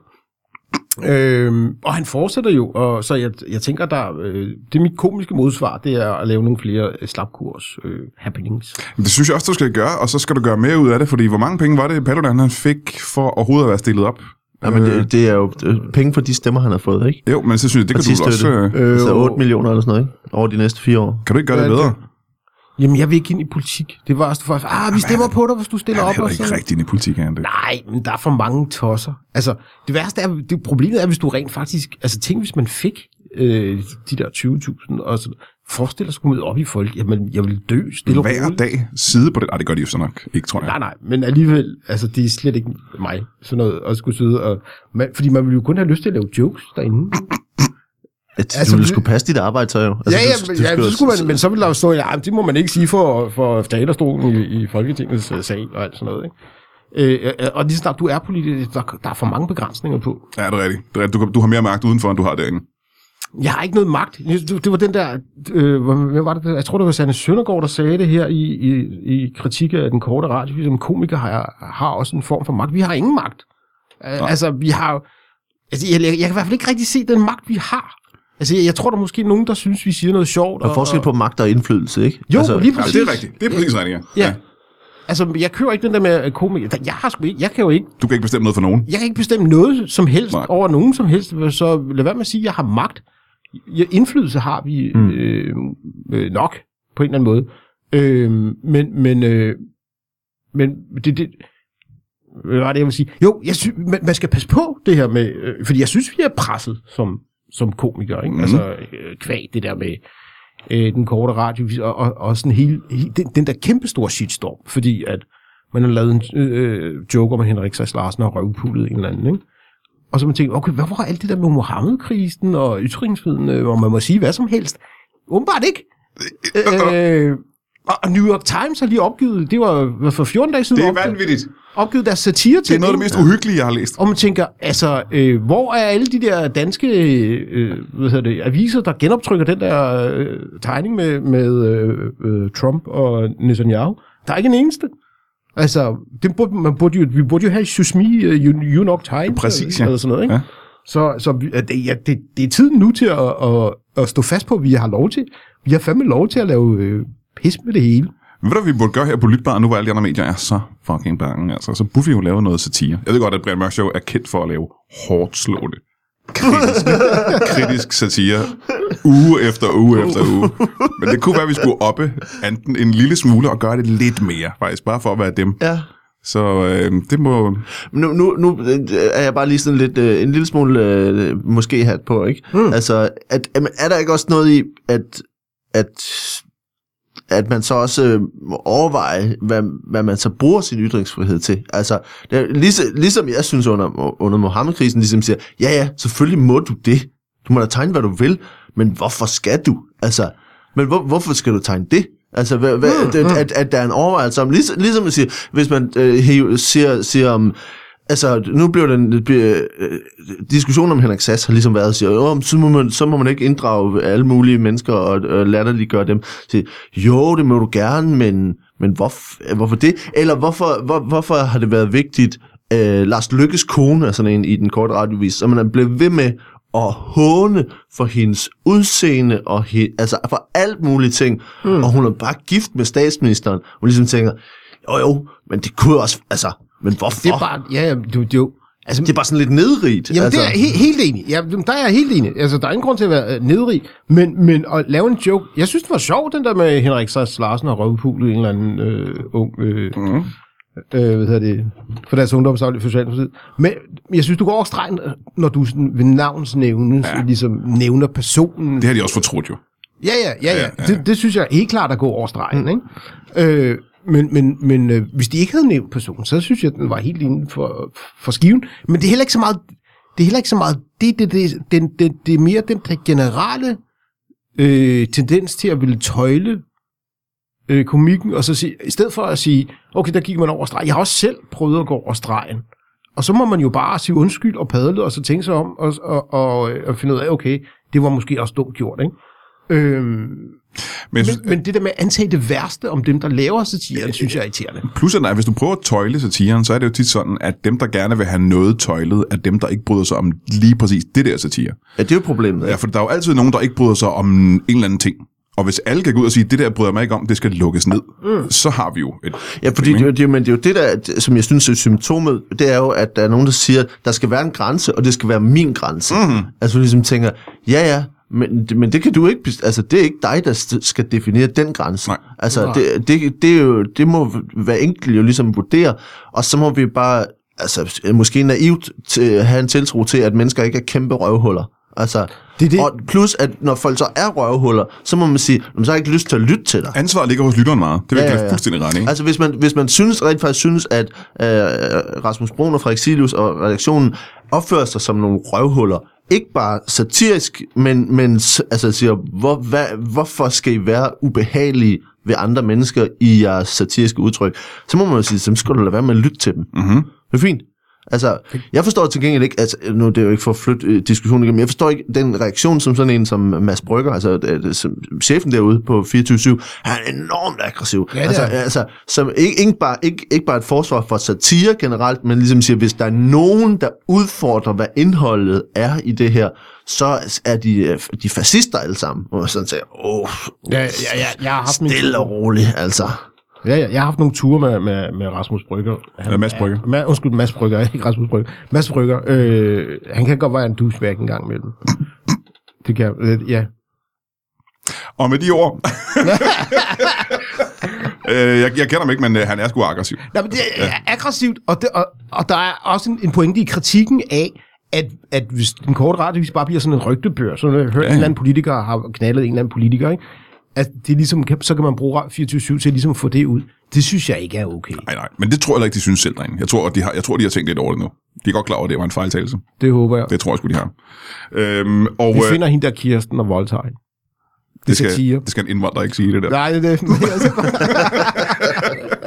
B: Øh, og han fortsætter jo, og så jeg, jeg tænker, der, øh, det er mit komiske modsvar, det er at lave nogle flere øh, slapkurs øh, happenings.
A: Men det synes jeg også, du skal gøre, og så skal du gøre mere ud af det, fordi hvor mange penge var det, Paludan han fik for overhovedet at være stillet op?
C: Ja, men det, det er jo øh, penge for de stemmer, han har fået, ikke?
A: Jo, men så synes jeg, det kan du vel også... Øh,
C: Øh, altså 8 millioner eller sådan noget, ikke? Over de næste fire år.
A: kan du ikke gøre det
B: Ja,
A: bedre?
B: Jamen, jeg vil ikke ind i politik. Det var også for, ah, vi stemmer på dig, hvis du stiller
A: Han er
B: op.
A: heller
B: og
A: ikke
B: så-
A: rigtig inde i politik, er han det.
B: Nej, men der er for mange tosser. Altså, det værste er, det problemet er, hvis du rent faktisk, altså tænk, hvis man fik øh, de der 20.000, og så forestiller dig at skulle møde op i folk, jamen, jeg vil dø stille og
A: Hver
B: roligt.
A: dag sidde på det. Ej, det gør de jo så nok. Ikke, tror jeg.
B: Nej, nej, men alligevel, altså, det er slet ikke mig, sådan noget, at skulle sidde og, man, fordi man ville jo kun have lyst til at lave jokes derinde.
C: At altså,
B: Altså,
C: du ville
B: det-
C: skulle passe dit arbejde, så jo.
B: Altså, ja, ja,
C: du,
B: men, ja,
C: jo-
B: så skulle man, men så ville der jo stå, ja, men det må man ikke sige for, for talerstolen i, i Folketingets øh, sal og alt sådan noget, ikke? Øh, øh, og lige så snart du er politiker, der, der er for mange begrænsninger på.
A: Ja, det er rigtigt. Det er rigtigt. Du, kan- du har mere magt udenfor, end du har derinde.
B: Jeg har ikke noget magt. Det, det var den der, øh, hvor- hvem var det? Jeg tror, det var Sanne Søndergaard, der sagde det her i, i, i kritik af den korte radio. Som komiker har, jeg- har også en form for magt. Vi har ingen magt. Øh, altså, vi har... jo- Altså, jeg, jeg kan i hvert fald ikke rigtig se den magt, vi har. Altså, jeg, jeg tror, der er måske nogen, der synes, vi siger noget sjovt.
C: Der er forskel på magt og indflydelse, ikke? Altså,
B: Jo, lige
A: Ja,
B: præcis.
A: det er rigtigt. Det er præcis rigtigt, ja.
B: Ja. Altså, jeg kører ikke den der med øh, komiker. Jeg, har sgu ikke, jeg kan jo ikke
A: Du kan ikke bestemme noget for nogen.
B: jeg kan ikke bestemme noget som helst
A: Nej.
B: Nej. over nogen som helst, så lad være med at sige, at jeg har magt. Jeg, indflydelse har vi mm. øh, øh, nok, på en eller anden måde. Øh, men, men, øh, men det, det, hvad var det, jeg vil sige? Jo, jeg sy- man, man skal passe på det her med, øh, fordi jeg synes, vi er presset som, som komikere, ikke?
A: Mhm.
B: Mm. Altså, øh, kvæg det der med øh, den korte radio, og, og, og sådan hele, hele den, den der kæmpestore shitstorm, fordi at man har lavet en øh, joke om, at Henrik Sass Larsen har røvpullet en eller anden, ikke? Og så man tænker, okay, hvad var alt det der med Mohammed-krisen og ytringsfriheden, øh, hvor man må sige hvad som helst? Åbenbart ikke.
A: [LAUGHS]
B: Øh, og og New York Times har lige opgivet, det var hvad, for 14 dage siden,
A: Det er
B: opgivet-
A: vanvittigt.
B: opgivet deres satire
A: Det
B: til.
A: er noget af det mest uhyggelige, jeg har læst.
B: Og man tænker, altså, øh, hvor er alle de der danske øh, hvad hedder det, aviser, der genoptrykker den der øh, tegning med, med øh, øh, Trump og Netanyahu? Der er ikke en eneste. Altså, det burde, man burde jo, vi burde jo have Susmi, uh, you Nok Times,
A: Præcis, ja.
B: eller sådan noget, ikke?
A: Ja.
B: Ja. Så, så vi- at det, ja, det, det er tiden nu til at, at, at stå fast på, at vi har lov til. Vi har fandme lov til at lave øh, pis med det hele.
A: Men Ved du, hvad vi burde gøre her på Lytbar, nu hvor alle de andre medier er så fucking bange? Altså, så burde vi jo lave noget satire. Jeg ved godt, at Brian Mørk Show er kendt for at lave hårdt slående. Kritisk, kritisk satire. Uge efter uge efter uge. Men det kunne være, at vi skulle oppe enten en lille smule og gøre det lidt mere, faktisk. Bare for at være dem.
C: Ja.
A: Så øh, det må...
C: Nu, nu, nu øh, er jeg bare lige sådan lidt, øh, en lille smule øh, måske hat på, ikke? Mm. Altså, at, jamen, er der ikke også noget i, at, at, at man så også øh, må overveje, hvad, hvad man så bruger sin ytringsfrihed til? Altså, det er, ligesom, ligesom jeg synes under, under Mohammed-krisen, ligesom siger, ja ja, selvfølgelig må du det. Du må da tegne, hvad du vil, men hvorfor skal du? Altså, men hvor, hvorfor skal du tegne det? Altså, hvad, hvad, at, at, at der er en overvejelse om, ligesom, ligesom man siger, hvis man øh, hæv- siger, siger om, altså, nu bliver den øh, øh, diskussion om Henrik Sass har ligesom været, at sige, "Åh, men så, må man, så må man ikke inddrage alle mulige mennesker og øh, latterliggøre dem. Sige, jo, det må du gerne, men, men hvorf, hvorfor det? Eller hvorfor, hvor, hvorfor har det været vigtigt, øh, Lars Lykkes kone er sådan en i den korte radiovis, så man blev ved med at håne for hendes udseende, og he, altså for alt muligt ting, mm. og hun er bare gift med statsministeren, og ligesom tænker, jo jo, men det kunne også, altså, men hvorfor?
B: Det er bare, ja, ja, du, du, altså,
C: det er bare sådan lidt nedrigt.
B: Jamen,
C: altså.
B: altså. det er jeg he- helt enig. Ja, jamen, der er jeg helt enig. Altså, der er ingen grund til at være øh, nedrig, men, men at lave en joke... Jeg synes, det var sjovt, den der med Henrik Sass Larsen og røvpullet en eller anden øh, ung øh, mm. øh, hvad hedder det, for deres ungdomsafdeling for Socialdemokratiet. Men jeg synes, du går over stregen, øh, når du sådan ved navnsnævne, ja. ligesom nævner personen.
A: Det har de også fortrudt jo.
B: Ja, ja, ja, ja.
A: Ja, ja, ja.
B: Det, det synes jeg helt klart er gå over stregen, ikke? Øh, men men, men øh, hvis de ikke havde nævnt personen, så synes jeg, at den var helt inden for, for skiven. Men det er heller ikke så meget det, er heller ikke så meget, det, det, det, det, det, det er mere den der generelle øh, tendens til at ville tøjle øh, komikken, og så sige, i stedet for at sige, okay, der gik man over stregen. Jeg har også selv prøvet at gå over stregen. Og så må man jo bare sige undskyld og padle, og så tænke sig om, og, og, og, øh, og finde ud af, okay, det var måske også dumt gjort, ikke? Øhm,
A: Men, jeg synes,
B: men, men det der med at antage det værste om dem, der laver satiren, synes jeg er irriterende.
A: Plus at nej, hvis du prøver at tøjle satiren, så er det jo tit sådan, at dem, der gerne vil have noget tøjlet, er dem, der ikke bryder sig om lige præcis det der satire.
C: Ja, det er jo problemet.
A: Ja,
C: Ja.
A: for der er jo altid nogen, der ikke bryder sig om en eller anden ting. Og hvis alle kan gå ud og sige, det der bryder jeg mig ikke om, det skal lukkes ned, mm. så har vi jo et...
C: Ja, fordi det, er jo- det, er jo- men det er jo det, der, det- som jeg synes er symptomet, det er jo, at der er nogen, der siger, der skal være en grænse, og det skal være min grænse. Mm. Altså du ligesom tænker, ja ja, men, det- men det kan du ikke, bes- altså det er ikke dig, der st- skal definere den grænse.
A: Nej.
C: Altså
B: Nej.
C: det, det, det, er jo, det må hver enkelt jo ligesom vurdere, og så må vi bare, altså måske naivt til, have en tiltro til, at mennesker ikke er kæmpe røvhuller. Altså,
B: Det er det.
C: Og plus, at når folk så er røvhuller, så må man sige, "Jamen, så har jeg ikke lyst til at lytte til dig.
A: Ansvaret ligger hos lytteren meget. Det vil jeg
C: Ja,
A: ja,
C: ja,
A: ja,
C: ja.
A: fuldstændig ret, ikke?
C: Altså hvis man, hvis man synes, rent faktisk synes, at øh, Rasmus Brun og Frederik Silius og redaktionen opfører sig som nogle røvhuller, ikke bare satirisk, men, men s- altså siger, hvor, hvad, hvorfor skal I være ubehagelige ved andre mennesker i jeres satiriske udtryk, så må man jo sige, så skal du lade være med at lytte til dem. Mm-hmm. Det er fint. Altså, jeg forstår til gengæld ikke, altså, nu er det jo ikke for at flytte øh, diskussionen igennem, jeg forstår ikke den reaktion, som sådan en som Mads Brygger, altså øh, som chefen derude på 24-7, han er enormt aggressiv.
B: Ja, det er
C: altså,
B: han.
C: altså, som ikke, ikke, bare, ikke, ikke bare et forsvar for satire generelt, men ligesom siger, hvis der er nogen, der udfordrer, hvad indholdet er i det her, så er de, øh, de er fascister alle sammen. Og sådan siger, åh,
B: Ja, ja, ja, jeg har haft min-
C: stille og roligt, altså.
B: Ja, ja, jeg har haft nogle ture med, med, med Rasmus Brygger. Han,
A: Ja, Mads Brygger.
B: Ja, Ma- undskyld, Mads Brygger, ikke Rasmus Brygger. Mads Brygger, øh, han kan godt være en douchebag en gang imellem. Det kan øh, ja.
A: Og med de ord... øh, jeg, jeg kender ham ikke, men øh, han er sgu aggressiv.
B: Nej, men det er ja. aggressivt, og, det, og, og der er også en, en pointe i kritikken af, at, at hvis den korte radiovis bare bliver sådan en rygtebør, så har jeg hørt, ja. en eller anden politiker har knaldet en eller anden politiker, ikke? at det er ligesom, kan- så kan man bruge 24-7 til ligesom at få det ud. Det synes jeg ikke er okay.
A: Nej, nej. Men det tror jeg heller ikke, de synes selv, drenge. Jeg tror, at de har, jeg tror, de har tænkt lidt over det nu. De er godt klar over, at det var en fejltagelse.
B: Det håber jeg.
A: Det tror jeg sgu, de har. Øhm, og
B: Vi
A: øh,
B: finder hende der Kirsten og voldtager hende.
A: det,
B: skal
A: skal,
B: tiger.
A: det skal en indvandrer ikke sige, det der.
B: Nej, det er altså
A: [LAUGHS]
B: det.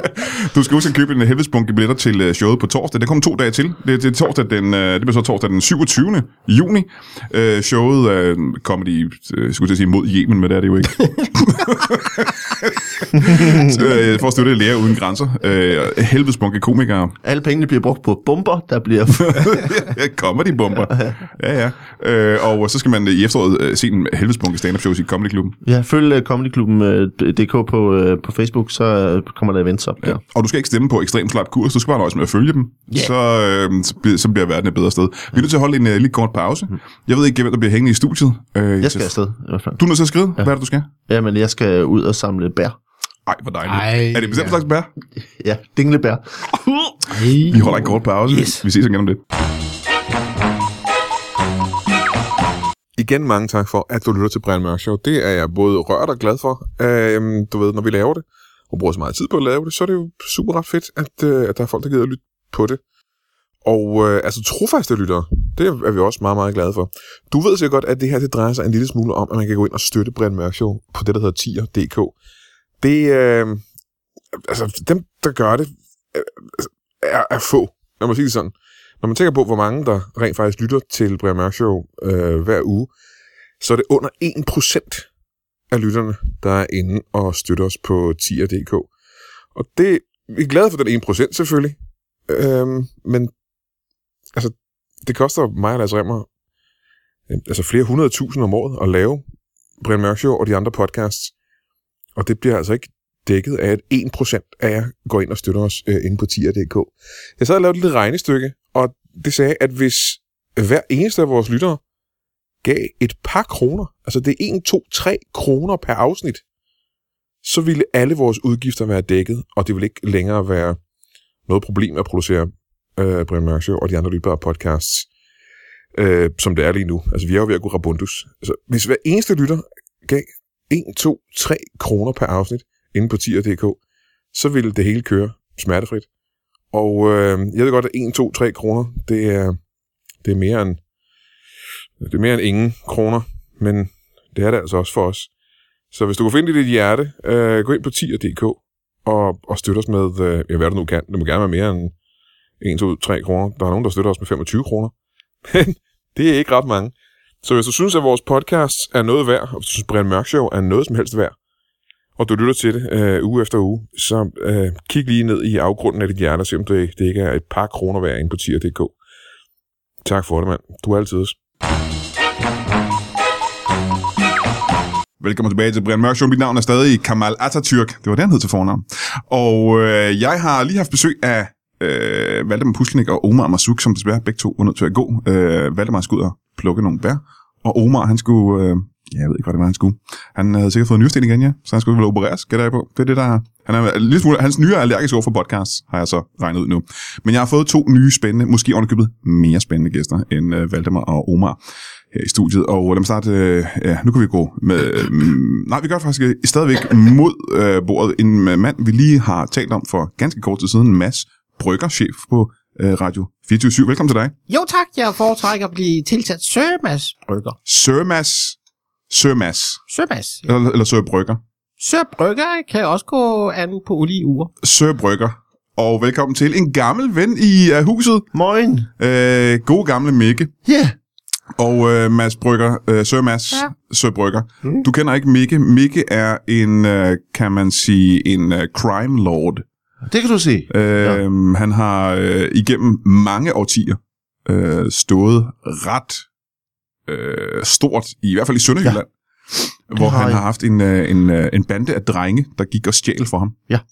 A: Du skal huske at købe en helvedes bunke billetter til øh, showet på torsdag. Det kommer to dage til. Det, det, er torsdag den, øh, det bliver så torsdag den 27. juni. Øh, showet øh, kommer de, øh, skulle jeg til at sige, mod Yemen, men det er det jo ikke. Så, øh, for at støtte Læger Uden Grænser. Øh, helvedes bunke komikere. [LAUGHS]
C: Alle pengene bliver brugt på bomber, der bliver [LAUGHS]
A: Comedy-bomber. Ja, ja. Øh, og så skal man øh, i efteråret øh, se en helvedes bunke stand-up shows i Comedy Klubben.
C: Ja, følg uh, Comedy Klubben uh, DK på, uh, på Facebook, så uh, kommer der events op ja. der.
A: Og du skal ikke stemme på ekstrem slap kurs, du skal bare nøjes med at følge dem, yeah. så, øh, så, bliver, så bliver verden et bedre sted. Vi er nødt til at holde en uh, lige kort pause. Jeg ved ikke, hvem der bliver hængende i studiet. Øh,
C: Jeg skal afsted i hvert fald.
A: Du er nødt til at skride, ja. hvad er det, du skal?
C: Ja, men jeg skal ud og samle bær.
A: Ej, hvor dejligt.
B: Ej,
A: er det en bestemt
B: ja.
A: ja. slags bær?
C: Ja, dinglebær.
A: Vi holder en kort pause.
C: Yes.
A: Vi ses igen om lidt.
D: Igen mange tak for, at du lytter til Brian Mørk Show. Det er jeg både rørt og glad for. Øhm, du ved, når vi laver det, og bruger så meget tid på at lave det, så er det jo super ret fedt, at, øh, at der er folk, der gider at lytte på det. Og øh, altså trofaste lyttere, det er vi også meget, meget glade for. Du ved sikkert godt, at det her det drejer sig en lille smule om, at man kan gå ind og støtte Brian Mørk Show på det, der hedder tier.dk. Det, øh, altså dem, der gør det, øh, er, er få. Lad mig sige det sådan. Når man tænker på, hvor mange der rent faktisk lytter til Brian Mørk Show øh, hver uge, så er det under 1% af lytterne, der er inde og støtter os på tier.dk. Og det, vi er glade for den 1% selvfølgelig, øhm, men altså, det koster mig og Lars Remmer øh, altså flere hundrede tusind om året at lave Brian Mørk Show og de andre podcasts, og det bliver altså ikke dækket af, at 1% af jer går ind og støtter os øh, inde på tier.dk. Jeg sad og lavede et lille regnestykke, og det sagde, at hvis hver eneste af vores lyttere gav et par kroner, altså det er 1, 2, 3 kroner per afsnit, så ville alle vores udgifter være dækket, og det ville ikke længere være noget problem at producere øh, Brian Mørk Show og de andre lytbare podcasts, øh, som det er lige nu. Altså, vi er jo ved at gå rabundus. Altså, hvis hver eneste lytter gav 1, 2, 3 kroner per afsnit inde på tier.dk, så ville det hele køre smertefrit. Og øh, jeg ved godt, at 1, 2, 3 kroner, det er, det er mere end det er mere end ingen kroner, men det er det altså også for os. Så hvis du kan finde dit hjerte, øh, gå ind på tier.dk og, og støt os med, øh, ja, hvad du nu kan. Det må gerne være mere end 1, 2, 3 kroner. Der er nogen, der støtter os med 25 kroner. [LAUGHS] Men det er ikke ret mange. Så hvis du synes, at vores podcast er noget værd, og hvis du synes, Brian Mørk Show er noget som helst værd, og du lytter til det øh, uge efter uge, så øh, kig lige ned i afgrunden af dit hjerte, og se om det, det ikke er et par kroner værd inde på tier.dk. Tak for det, mand. Du er altid os.
A: Velkommen tilbage til Brian Mørk Show. Mit navn er stadig Kamal Atatürk. Det var det, han hed til fornavn. Og øh, jeg har lige haft besøg af øh, Valdemar Puslenik og Omar Masuk, som desværre begge to under til at gå. Øh, Valdemar skulle ud og plukke nogle bær, og Omar, han skulle... Øh, ja, jeg ved ikke, hvad det var, han skulle. Han havde sikkert fået nyresten igen, ja. Så han skulle vel opereres, gætter jeg på. Det er det, der... Han er, en lille smule, hans nye er allergisk over for podcasts, har jeg så regnet ud nu. Men jeg har fået to nye spændende, måske underkøbet mere spændende gæster end øh, Valdemar og Omar her i studiet. Og lad mig starte... Øh, ja, nu kan vi gå med... Øh, nej, vi gør faktisk øh, stadigvæk mod øh, bordet en øh, mand, vi lige har talt om for ganske kort tid siden, Mads Brygger, chef på øh, Radio 24 Velkommen til dig.
E: Jo tak, jeg foretrækker at blive tilsat Sørmas.
B: Brygger.
A: Sir Mads. Sir Mads.
E: Sørmas.
A: Eller, eller Sir Brygger.
E: Sørbrygger kan også gå an på ulige uger.
A: Sir Brygger. Og velkommen til en gammel ven i uh, huset.
C: Moin.
A: Øh, gode gamle Mikke.
C: Ja.
A: Og øh, Mads Brygger, øh, Sir Mads, ja.
E: Ja.
A: Sir Brygger. Mm. Du kender ikke Mikke. Mikke er en, øh, kan man sige, en øh, crime lord.
C: Det kan du se.
A: Øh, ja. Han har øh, igennem mange årtier øh, stået ret øh, stort, i hvert fald i Sønderjylland, ja. hvor
C: har
A: han
C: jeg.
A: har haft en, øh, en, øh, en bande af drenge, der gik og stjal for ham.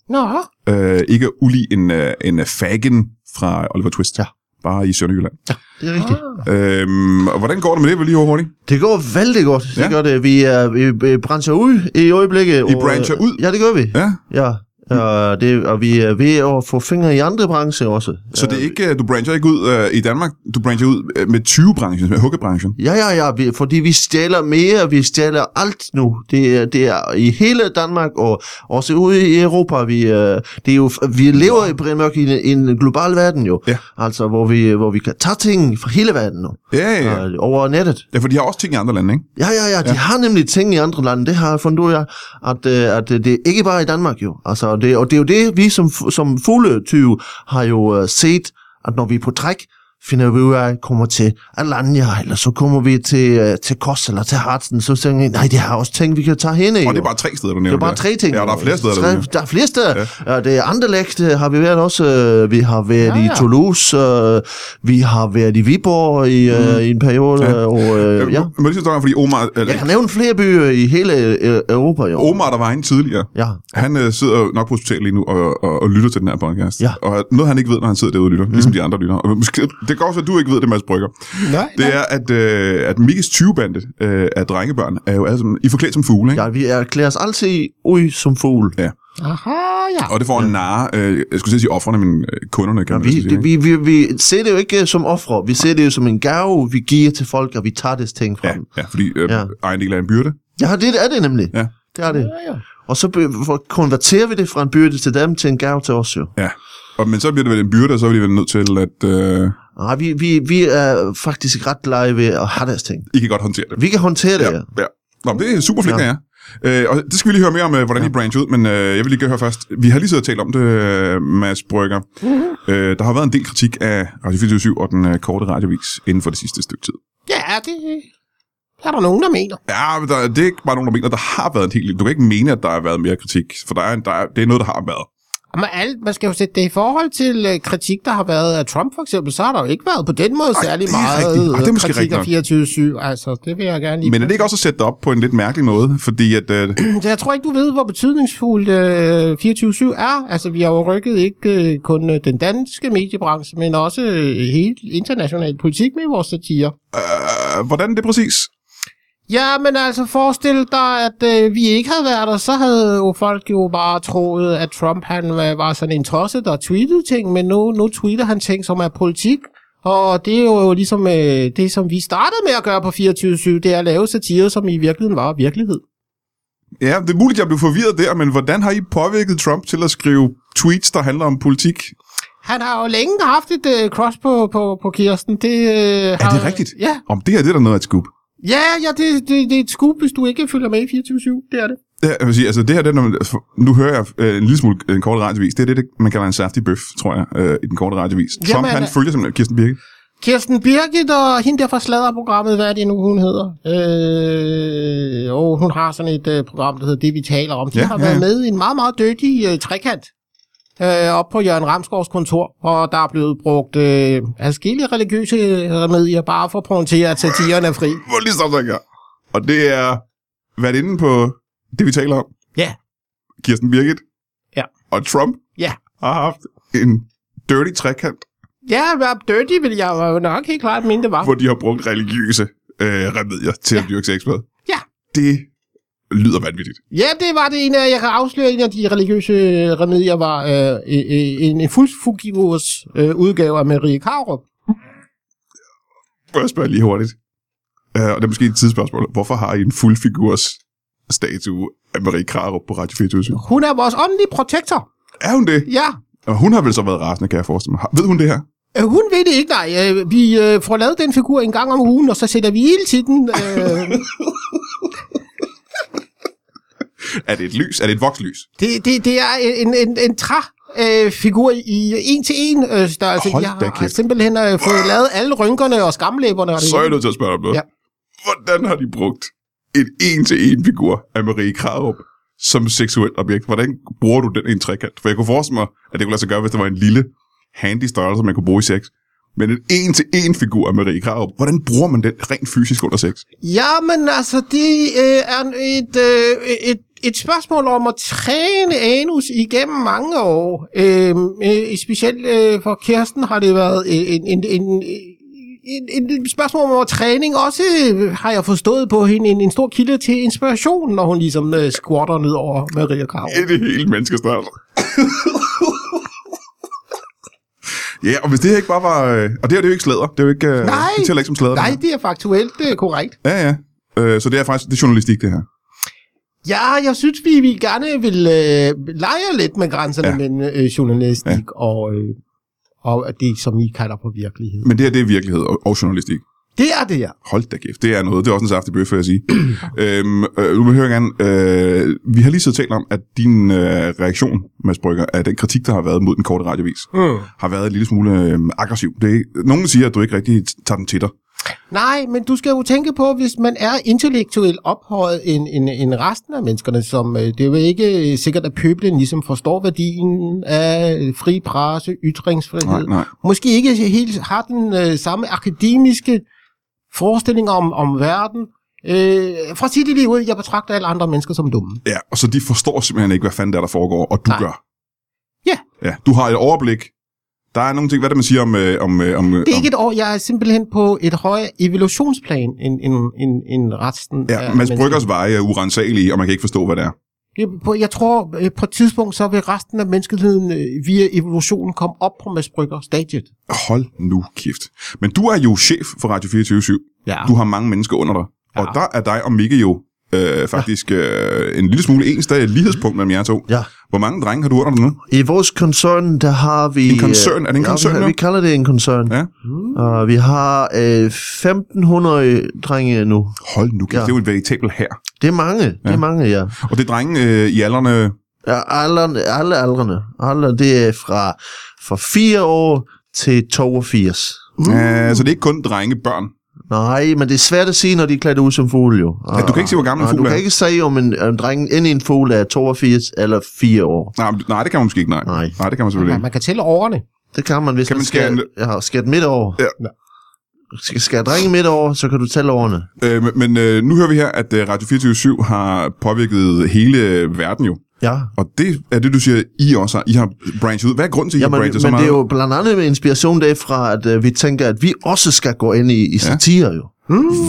E: Nå,
A: Øh, ikke ulig en, øh, en øh, fagin fra Oliver Twist, ja.
C: Ja.
A: bare i Sønderjylland.
C: Det er rigtigt.
B: Ah.
A: Øhm, og hvordan går det med det, vil lige hurtigt?
C: Det går vældig godt. Det
A: Ja.
C: gør det. Vi, er, vi, vi brancher ud i øjeblikket. og, øh,
A: brancher ud?
C: Ja, det gør vi.
A: Ja,
C: Ja. Og, det, og vi er ved at få fingre i andre brancher også.
A: så det er ikke, øh, du brancher ikke ud øh, i Danmark, du brancher ud øh, med 20-branchen, med hukkebranchen.
C: Ja, ja, ja, vi, fordi vi stjæler mere, vi stjæler alt nu. Det, er- det er i hele Danmark og også ude i Europa. Vi, øh, det er jo, vi lever i Brian Mørk i en, en global verden jo.
A: Ja.
C: Altså, hvor vi, hvor vi kan tage ting fra hele verden nu.
A: Ja, ja, ja.
C: Ja. Over nettet.
A: ja, for de har også ting i andre lande, ikke?
C: Ja, ja, ja, de har nemlig ting i andre lande, det har jeg fundet ud af, at, øh, at øh, det er ikke bare i Danmark jo. Altså, det, og det er jo det, vi som, f- som fugletyve har jo øh, set, at når vi er på træk, finder vi ud af, kommer til Alanya, eller så kommer vi til, øh, til Kos eller til Harzen, så tænker vi, nej, det har også ting, vi kan tage hende i.
A: Og det
C: jo."
A: er bare tre steder, du nævner.
C: Det er bare
A: der.
C: tre ting.
A: Ja, der er flere steder,
C: Tre,
A: der
C: der er flere steder. Ja. Det er Anderlecht, øh, har vi været også. øh, Vi har været
E: Ja,
C: ja, ja.
E: ja.
C: i Toulouse. øh, Vi har været i Viborg i, mm. i en periode.
A: Ja.
C: Ja. Og, øh,
A: Øh,
C: ja.
A: Må jeg lige sige, fordi Omar, eller,
C: Jeg kan nævne flere byer i hele øh, Europa, jo.
A: Omar, der var inde tidligere,
C: Ja.
A: han øh, sidder nok på hospitalet lige nu og, og, og lytter til den her podcast.
C: Ja. Mhm.
A: Og noget, han ikke ved, når han sidder derude og lytter, mm. ligesom de andre lytter. Og måske, det går så, at du ikke ved det, Mads Brygger.
E: Nej,
A: Det er, at, øh, at Mikkes 20-bande øh, af drengebørn er jo alle sammen, I er forklædt som fugle, ikke?
C: ja, vi erklærer os altid ud som fugle.
E: Aha, ja.
A: Og det får en narre, øh, jeg skulle til at sige offrene, men øh, kunderne, kan
C: Ja,
A: man
C: vi,
A: næsten sige. ikke?
C: det, vi, vi, vi ser det jo ikke øh, som ofre. Vi ser det jo som en gave, vi giver til folk, og vi tager deres ting fra
A: Ja,
C: dem.
A: ja, fordi øh, ja.
C: Ja.
A: ejendel er en byrde.
C: Ja, det er det nemlig.
A: Ja.
C: Det er det.
E: Ja, ja.
C: Og så be- for- konverterer vi det fra en byrde til dem til en gave til os, jo.
A: Ja. Og, men så bliver det vel en byrde, og så er de vel nødt til, at øh,
C: Nej, Ah, vi, vi, vi er faktisk ret lege ved at have deres ting.
A: I kan godt håndtere det.
C: Vi kan håndtere det, ja.
A: ja. Nå, men det er super flink, ja. ja. Øh, og det skal vi lige høre mere om, øh, hvordan ja. I brancher ud, men øh, jeg vil lige høre først. Vi har lige siddet og talt om det, øh, Mads Brygger. øh, der har været en del kritik af Radio 24 og den øh, korte radiovis inden for det sidste stykke tid.
E: Ja, det er der nogen, der mener.
A: Ja, men der, det er ikke bare nogen, der mener, der har været en hel Du kan ikke mene, at der har været mere kritik, for der er, en, der er, det er noget, der har været.
E: Og man, alt, man skal jo sætte det i forhold til øh, kritik, der har været af Trump for eksempel, så har der jo ikke været på den måde
A: Ej,
E: særlig
A: det er
E: meget
A: rigtigt. Ej, det er måske
E: kritik af
A: rigtigt
E: 24-7. Altså, det vil jeg gerne lige...
A: Men er det ikke også at sætte det op på en lidt mærkelig måde? Fordi at, øh,
E: Så jeg tror ikke, du ved, hvor betydningsfuldt øh, 24-7 er. Altså, vi har jo rykket ikke øh, kun øh, den danske mediebranche, men også øh, hele international politik med vores satire.
A: øh, hvordan er det præcis?
B: Ja, men altså forestil dig, at øh, vi ikke havde været der, så havde jo folk jo bare troet, at Trump han var, var sådan en tosse, der tweetede ting, men nu, nu tweeter han ting, som er politik. Og det er jo ligesom øh, det, som vi startede med at gøre på 24-7, det er at lave satire, som i virkeligheden var virkelighed.
A: Ja, det er muligt, jeg blev forvirret der, men hvordan har I påvirket Trump til at skrive tweets, der handler om politik?
B: Han har jo længe haft et øh, cross på, på, på Kirsten. Det, øh, er
A: Er det rigtigt?
B: Ja,
A: Om det her, det er der noget at skub.
B: ja, ja det, det, det er et skub, hvis du ikke følger med i 24-7. Det er det.
A: Ja, jeg vil sige, altså det her, det er, når man, nu hører jeg øh, en lille smule øh, en kort radiovis. Det er det, det, man kalder en saftig bøf, tror jeg, øh, i den korte radiovis. Trump,
B: Jamen,
A: han
B: øh,
A: følger simpelthen Kirsten Birke.
B: Kirsten Birgit og hende der fra sladderprogrammet, hvad er det nu, hun hedder? Øh, og hun har sådan et øh, program, der hedder Det, vi taler om. De
A: Ja,
B: ja, har
A: ja,
B: været
A: ja.
B: med i en meget, meget dygtig øh, trekant øh, op på Jørgen Ramsgaards kontor, og der er blevet brugt øh, adskillige religiøse remedier, bare for at pointere, at satiren er fri.
A: Hvor lige stoppe dig en gang. Og det er været inde på det, vi taler om.
B: Ja.
A: Kirsten Birgit.
B: Ja.
A: Og Trump.
B: Ja.
A: Har haft en dirty trekant,
B: Ja, hvad dirty vil jeg jo nok helt klart mene, det var.
A: hvor de har brugt religiøse øh, remedier til ja. at dyrke sex med.
B: Ah. Ja.
A: Det lyder vanvittigt.
B: Ja, det var det ene af, jeg kan afsløre, en af de religiøse remedier var øh, øh, øh, en, en fuldfugivers øh, udgave af Marie Karup.
A: Må jeg spørge lige hurtigt? Uh, og det er måske et tidsspørgsmål. Hvorfor har I en fuldfigurs statue af Marie Krarup på Radio 24
B: Hun er vores åndelige protektor.
A: Er hun det?
B: Ja.
A: Og hun har vel så været rasende, kan jeg forestille mig. Har- Ved hun det her?
B: Øh, Hun ved det ikke, nej. Øh, Vi øh, får lavet den figur en gang om ugen, og så sætter vi ild til
A: [LAUGHS]
B: den. Øh,
A: Er det et lys? Er det et vokslys?
B: det, det, det er en, en, en træ øh, figur i en til en øh, størrelse.
A: Hold
B: jeg
A: da
B: har
A: kæft.
B: simpelthen øh, fået lavet alle rynkerne og skamlæberne. Og det
A: Så er jeg
B: hele.
A: nødt til at spørge om noget.
B: Ja.
A: Hvordan har de brugt en en-til-en figur af Marie Krarup som seksuelt objekt? Hvordan bruger du den i en trekant? For jeg kunne forestille mig, at det kunne lade sig gøre, hvis det var en lille handy størrelse, man kunne bruge i sex. Men en en-til-en figur af Marie Krarup, hvordan bruger man den rent fysisk under sex?
B: Ja, men altså, det øh, er et, øh, et, et spørgsmål om at træne anus igennem mange år. Øh, øh, specielt øh, for Kirsten har det været øh, en, en, en, en, en, en spørgsmål om at træning. Også øh, har jeg forstået på hende en, en stor kilde til inspiration, når hun ligesom øh, squatter ned over Maria Krav.
A: Er det hele menneskestørrelse? ja, og hvis det her ikke bare var... øh, Og det her det er jo ikke slæder. Det er jo ikke... øh,
B: Nej.
A: Det tæller ikke som slæder. det
B: Nej, det er faktuelt øh, korrekt.
A: her. Ja, ja. Øh, Så det er faktisk det er journalistik, det her.
B: Ja, jeg synes, vi, vi gerne vil øh, lege lidt med grænserne
A: Ja.
B: ja. mellem øh, journalistik ja. og, øh, og det, som I kalder på virkelighed.
A: Men det her, det er virkelighed og, og journalistik.
B: Det er det, ja.
A: Hold da kæft, det er noget. Det er også en saftig bøf, vil jeg sige. [CLEARS THROAT] øhm, øh, nu vil jeg høre gerne, øh, vi har lige siddet og talt om, at din øh, reaktion, Mads Brygger, af den kritik, der har været mod den korte radiovis,
B: Mm.
A: har været en lille smule øh, aggressiv. Det er, ikke- nogen siger, at du ikke rigtig tager den til dig.
B: Nej, men du skal jo tænke på, hvis man er intellektuelt ophøjet end, end, end resten af menneskerne, som øh, det er jo ikke øh, sikkert, at pøblen ligesom forstår værdien af øh, fri presse, ytringsfrihed.
A: Nej, nej.
B: Måske ikke helt har den øh, samme akademiske forestilling om, om verden. Øh, for at sige det lige ud, jeg betragter alle andre mennesker som dumme.
A: Ja, og så de forstår simpelthen ikke, hvad fanden der, der foregår, og du
B: Nej.
A: gør.
B: Ja.
A: ja. Du har et overblik. Der er nogle ting, hvad er det, man siger om... Øh, om, øh, om
B: Det er ikke et år, jeg er simpelthen på et højere evolutionsplan end, end, end, end resten
A: Ja,
B: af
A: Mads
B: mennesker.
A: Bryggers veje er urensagelige, og man kan ikke forstå, hvad det er.
B: Jeg, på- jeg tror, øh, på et tidspunkt, så vil resten af menneskeheden øh, via evolutionen komme op på Mads Brygger stadiet.
A: Hold nu kæft. Men du er jo chef for Radio 24
B: Ja.
A: Du har mange mennesker under dig. Ja. Og der er dig og Mikke jo øh, [LAUGHS] faktisk øh, en lille smule ens. Der er et lighedspunkt mellem jer to.
C: Ja.
A: Hvor mange drenge har du under dig nu?
C: I vores koncern, der har vi... øh,
A: En koncern? Er det en
C: ja,
A: koncern
C: vi,
A: nu?
C: har- vi kalder det en koncern. Mm.
A: Ja.
C: Og vi har øh, 1500 drenge nu.
A: Hold nu kæft, ja.
C: Ja.
A: det er jo et veritabel her.
C: Det er mange, det
A: Ja.
C: er mange, ja.
A: Og det er drenge øh, i alderne...
C: ja alderne, alle aldrene. Alle, det er fra, fra 4 år til 82.
A: Øh, så det er ikke kun drenge, børn.
C: Nej, men det er svært at sige, når de er klædt ud som fugl, jo.
A: Ja, du kan ikke sige, hvor gammel en
C: Og
A: fugl
C: Du
A: er.
C: kan ikke sige, om en, en dreng ind i en fugl er 82 eller 4 år.
A: Nej, men- nej, det kan man måske ikke, nej.
C: Nej.
A: nej det kan man selvfølgelig
B: Man,
A: ikke.
B: man kan tælle årene.
C: Det kan man, hvis
A: Kan
C: kan
A: man
C: man
A: skære
C: skal, ja, skal den midt over.
A: Ja.
C: Skal, skal jeg drenge midt over, så kan du tælle årene.
A: Øh, men- men øh, nu hører vi her, at øh, Radio 24 har påvirket hele øh, verden jo.
C: Ja.
A: Og det er det, du siger, I også har. I har branchet ud. Hvad er grunden til, at I
C: Ja,
A: har
C: men,
A: branchet så
C: men
A: meget?
C: det er jo blandt andet med inspiration derfra, at øh, vi tænker, at vi også skal gå ind i, i satire jo.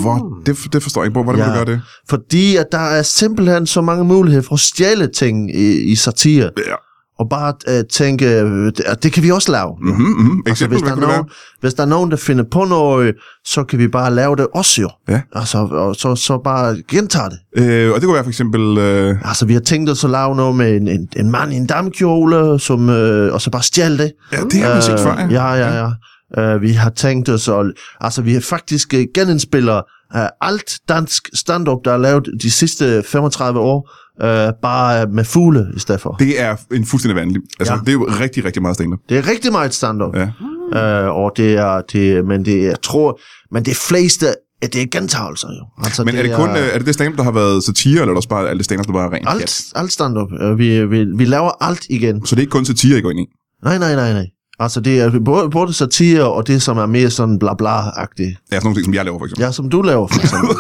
A: Hvor, det, det forstår jeg ikke, bror. Hvordan ja. vil
C: Ja.
A: du gøre det?
C: Fordi at der er simpelthen så mange muligheder for at stjæle ting i, i satire.
A: Ja.
C: Og bare øh, tænke, øh, det, og det kan vi også lave.
A: Mm-hmm, mm-hmm.
C: Altså,
A: Eksempel,
C: hvis,
A: hvad
C: der er
A: kunne det være?
C: nogen, hvis der er nogen, der finder på noget, så kan vi bare lave det også jo.
A: Ja.
C: Altså, og så, så bare gentage det.
A: Øh, og det kunne være for eksempel... Øh,
C: Altså, vi har tænkt os at lave noget med en, en, en mand i en damkjole, som, øh, og så bare stjæle det.
A: ja, det har man set før,
C: Øh, ja, ja, ja. Øh, vi har tænkt os at... Altså, vi har faktisk øh, genindspiller øh, alt dansk stand-up, der er lavet de sidste 35 år, øh, bare øh, med fugle i stedet for.
A: Det er en fuldstændig vanlig. Altså, ja.
C: Ja.
A: det er jo rigtig, rigtig meget stand
C: Det er rigtig meget stand-up.
A: Ja.
C: Øh, og det er, det, men det er, jeg tror, men det fleste, at det er gentagelser jo. Altså,
A: Men er det kun øh, er, er det det stand der har været satire, eller er det også bare, er det stand der bare er rent pjat?
C: alt, alt stand-up. Øh, Vi, vi, vi laver alt igen.
A: Så det er ikke kun satire, I går ind i?
C: Nej, nej, nej, nej. Altså, det er både, både satire og det, som er mere sådan bla bla agtigt
A: Ja, sådan nogle ting, som jeg laver, for eksempel.
C: Ja, som du laver, for
A: [LAUGHS]
C: eksempel.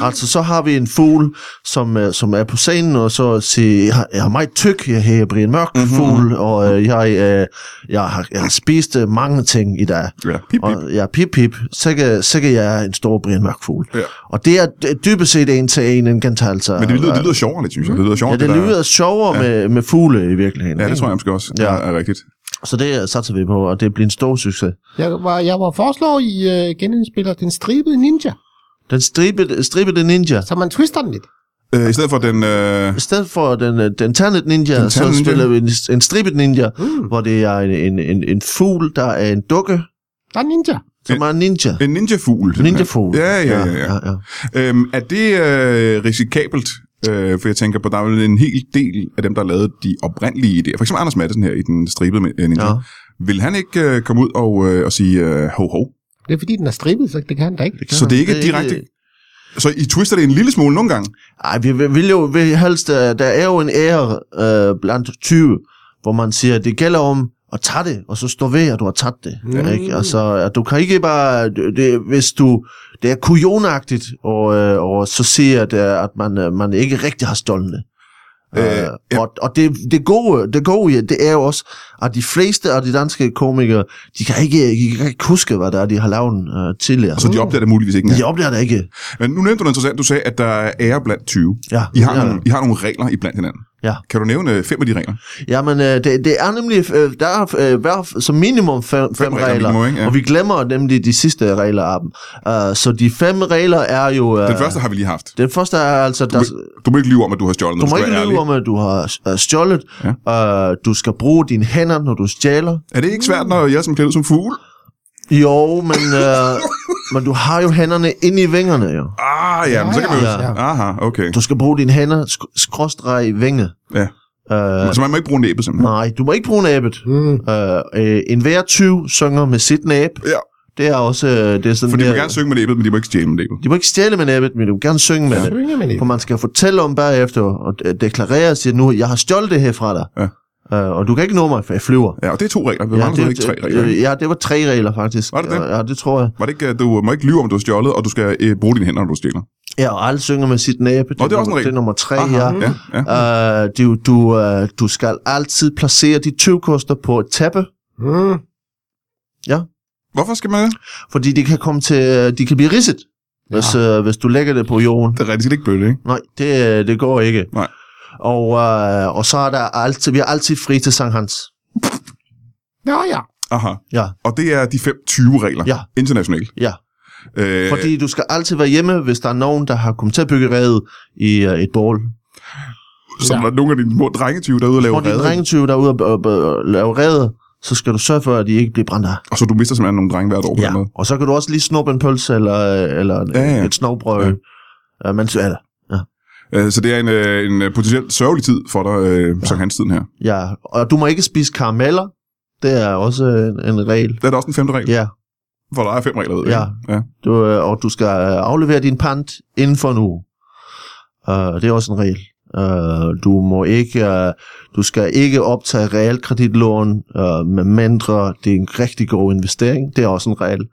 C: altså, så har vi en fugl, som, øh, som er på scenen, og så siger, jeg har, jeg har meget tyk, jeg har Brian Mørk
A: Mhm.
C: mm-hmm. fugl, og øh, jeg, øh, jeg, har, jeg har spist øh, mange ting i dag.
A: Ja. Pip, pip.
C: Og, ja, pip, pip. Så kan, så kan jeg er en stor Brian Mørk fugl.
A: Ja.
C: Og det er øh, dybest set en til en en gentagelse.
A: Men det lyder, det lyder sjovere lidt, synes jeg. Det lyder sjovere,
C: Mm. Ja, det
A: der-
C: lyder sjovere ja. med, med fugle i virkeligheden.
A: Ja, det
C: ikke?
A: tror jeg måske også ja.
C: Ja.
A: er, er rigtigt.
C: Så det øh, satser vi på, og det bliver en stor succes.
E: Jeg var, jeg var foreslået i øh, genindspiller Den Stribede Ninja,
C: Den stribede, stribede ninja.
E: så man twister den lidt.
A: Øh, I stedet for den... Øh,
C: I stedet for den, øh, den ternet ninja,
A: Den
C: den
A: ternet
C: så
A: ninja.
C: spiller vi en, en stribet ninja,
E: Mm.
C: hvor det er en, en, en, en fugl, der er en dukke,
E: Der er en ninja.
C: som er en ninja.
A: en ninja-fugl. simpelthen.
C: Ninja-fugl.
A: Ja, ja, ja. ja.
C: ja, ja.
A: Øhm, er det øh, risikabelt? Øh, for jeg tænker på, der er vel en hel del af dem, der lavede de oprindelige idéer. For eksempel Anders Madsen her i den stribede med- øh, ninja. Ja.
C: Ja.
A: Vil han ikke øh, komme ud og, øh, og sige øh, ho ho?
E: Det er fordi, den er strippet, så det kan han da ikke.
A: Så det er ikke direkte... Så I twister det en lille smule nogle gange?
C: Ej, vi vil, vil jo vil helst, øh, der er jo en ære øh, blandt 20, hvor man siger, at det gælder om at tage det, og så stå ved, at du har taget det.
E: Ja.
A: Mm.
C: Ja. Ikke? Altså, at du kan ikke bare, det, det, hvis du, det er kujonagtigt, og, øh, og så siger, at, øh, at man, øh, man ikke rigtig har stjålet det.
A: Øh,
C: Øh,
A: ja.
C: Og, og det, det gode, det gode ja, det er jo også, at de fleste af de danske komikere, de kan ikke, de kan ikke huske, hvad der er, de har lavet øh, tidligere.
A: Og så Altså, de opdager det muligvis ikke
C: de
A: engang.
C: opdager det ikke.
A: Men nu nævnte du noget interessant. Du sagde, at der er ære blandt 20.
C: Ja,
A: I har,
C: ja.
A: nogle, I har nogle regler iblandt hinanden.
C: Ja.
A: Kan du nævne øh, fem af de regler?
C: Jamen, øh, det, det er nemlig, øh, der er øh, hver, som minimum fem, fem, fem regler,
A: minimum, ikke? Ja.
C: og vi glemmer nemlig de sidste regler af dem. Uh, så de fem regler er jo... Uh,
A: Den første har vi lige haft.
C: den første er altså, der,
A: Du må ikke lyve om, at du har stjålet noget.
C: du må
A: skal
C: ikke
A: være
C: lyve
A: ærlig.
C: om, at du har øh, stjålet. Ja. Uh, du skal bruge dine hænder, når du stjæler.
A: Er det ikke svært, når jeg som klæder ud som fugl?
C: Jo, men,
A: [LAUGHS]
C: uh, men du har jo hænderne inde i vingerne, jo.
A: Ah, ja, men så kan vi jo...
E: ja.
A: Aha, okay.
C: Du skal bruge dine hænder, sk- skråstreg vinge.
A: Ja.
C: Uh,
A: Så man må ikke bruge næbet, simpelthen.
C: nej, du må ikke bruge næbet.
E: Mm.
C: Uh, uh, en hver 20 synger med sit næb.
A: Ja.
C: Det er også... øh, Det er sådan
A: For de må
C: der-
A: gerne synge med næbet, men de må ikke stjæle med næbet.
C: De må ikke stjæle med næbet, men de må gerne synge med ja. det.
E: Synge med det.
C: For man skal fortælle om bagefter, og øh, deklarere sig nu, jeg har stjålet det her fra dig.
A: Ja.
C: Øh, og du kan ikke nå mig, for jeg flyver.
A: Ja, og det er to regler. Vi ja, mangler ikke tre regler.
C: øh, ja, det var tre regler faktisk.
A: Var det det?
C: Ja, Ja, det tror jeg.
A: Var det ikke, at du må ikke lyve om, du har stjålet, og du skal øh, bruge dine hænder, når du stjæler?
C: Ja, og alle synger med sit næbe.
A: det er også en
C: nummer-
A: regel.
C: det er nummer tre, ja.
A: ja, ja.
C: Øh, du, du, øh, du skal altid placere de tyvkoster på et tæppe,
E: Mm.
A: Hvorfor skal man det?
C: fordi de kan komme til, øh, de kan blive ridset, hvis, øh, hvis du lægger det på jorden.
A: Det er rigtigt, det skal ikke bløde, ikke?
C: Nej, det, det går ikke.
A: Nej.
C: Og, øh, og så er der altid, vi er altid fri til Sankt Hans.
E: Nå ja.
A: Aha.
C: Ja.
A: Og det er de 5-20 regler.
C: Ja.
A: Internationalt.
C: Ja,
A: Øh,
C: fordi du skal altid være hjemme, hvis der er nogen, der har kommet til at bygge redet i uh, et bål.
A: som der er nogle af dine små drengetyve, der er ude og lave
C: Når de
A: rede.
C: drengetyve der er ude og, og, og lave redet, så skal du sørge for, at de ikke bliver brændt af.
A: Og så du mister simpelthen nogle drenge hvert år på ja.
C: Ja.
A: den måde.
C: Og så kan du også lige snuppe en pølse eller, eller
A: Ja, ja.
C: ja, ja. et snobrød.
A: Ja.
C: Ja. Uh, mens du er der.
A: Øh, Så det er en, øh, en øh, potentielt sørgelig tid for dig, øh, ja. Sankt Hans tiden her.
C: Ja, og du må ikke spise karameller. Det er også en, en regel.
A: Der er der også en femte regel, ja.
C: Ja,
A: for der er fem regler, ved jeg.
C: Ja.
A: ikke? ja.
C: du, øh, og du skal øh, aflevere din pant inden for en uge. Uh, det er også en regel. Uh, du må ikke, uh, du skal ikke optage øh, realkreditlån, uh, med mindre det er en rigtig god investering. Det er også en regel.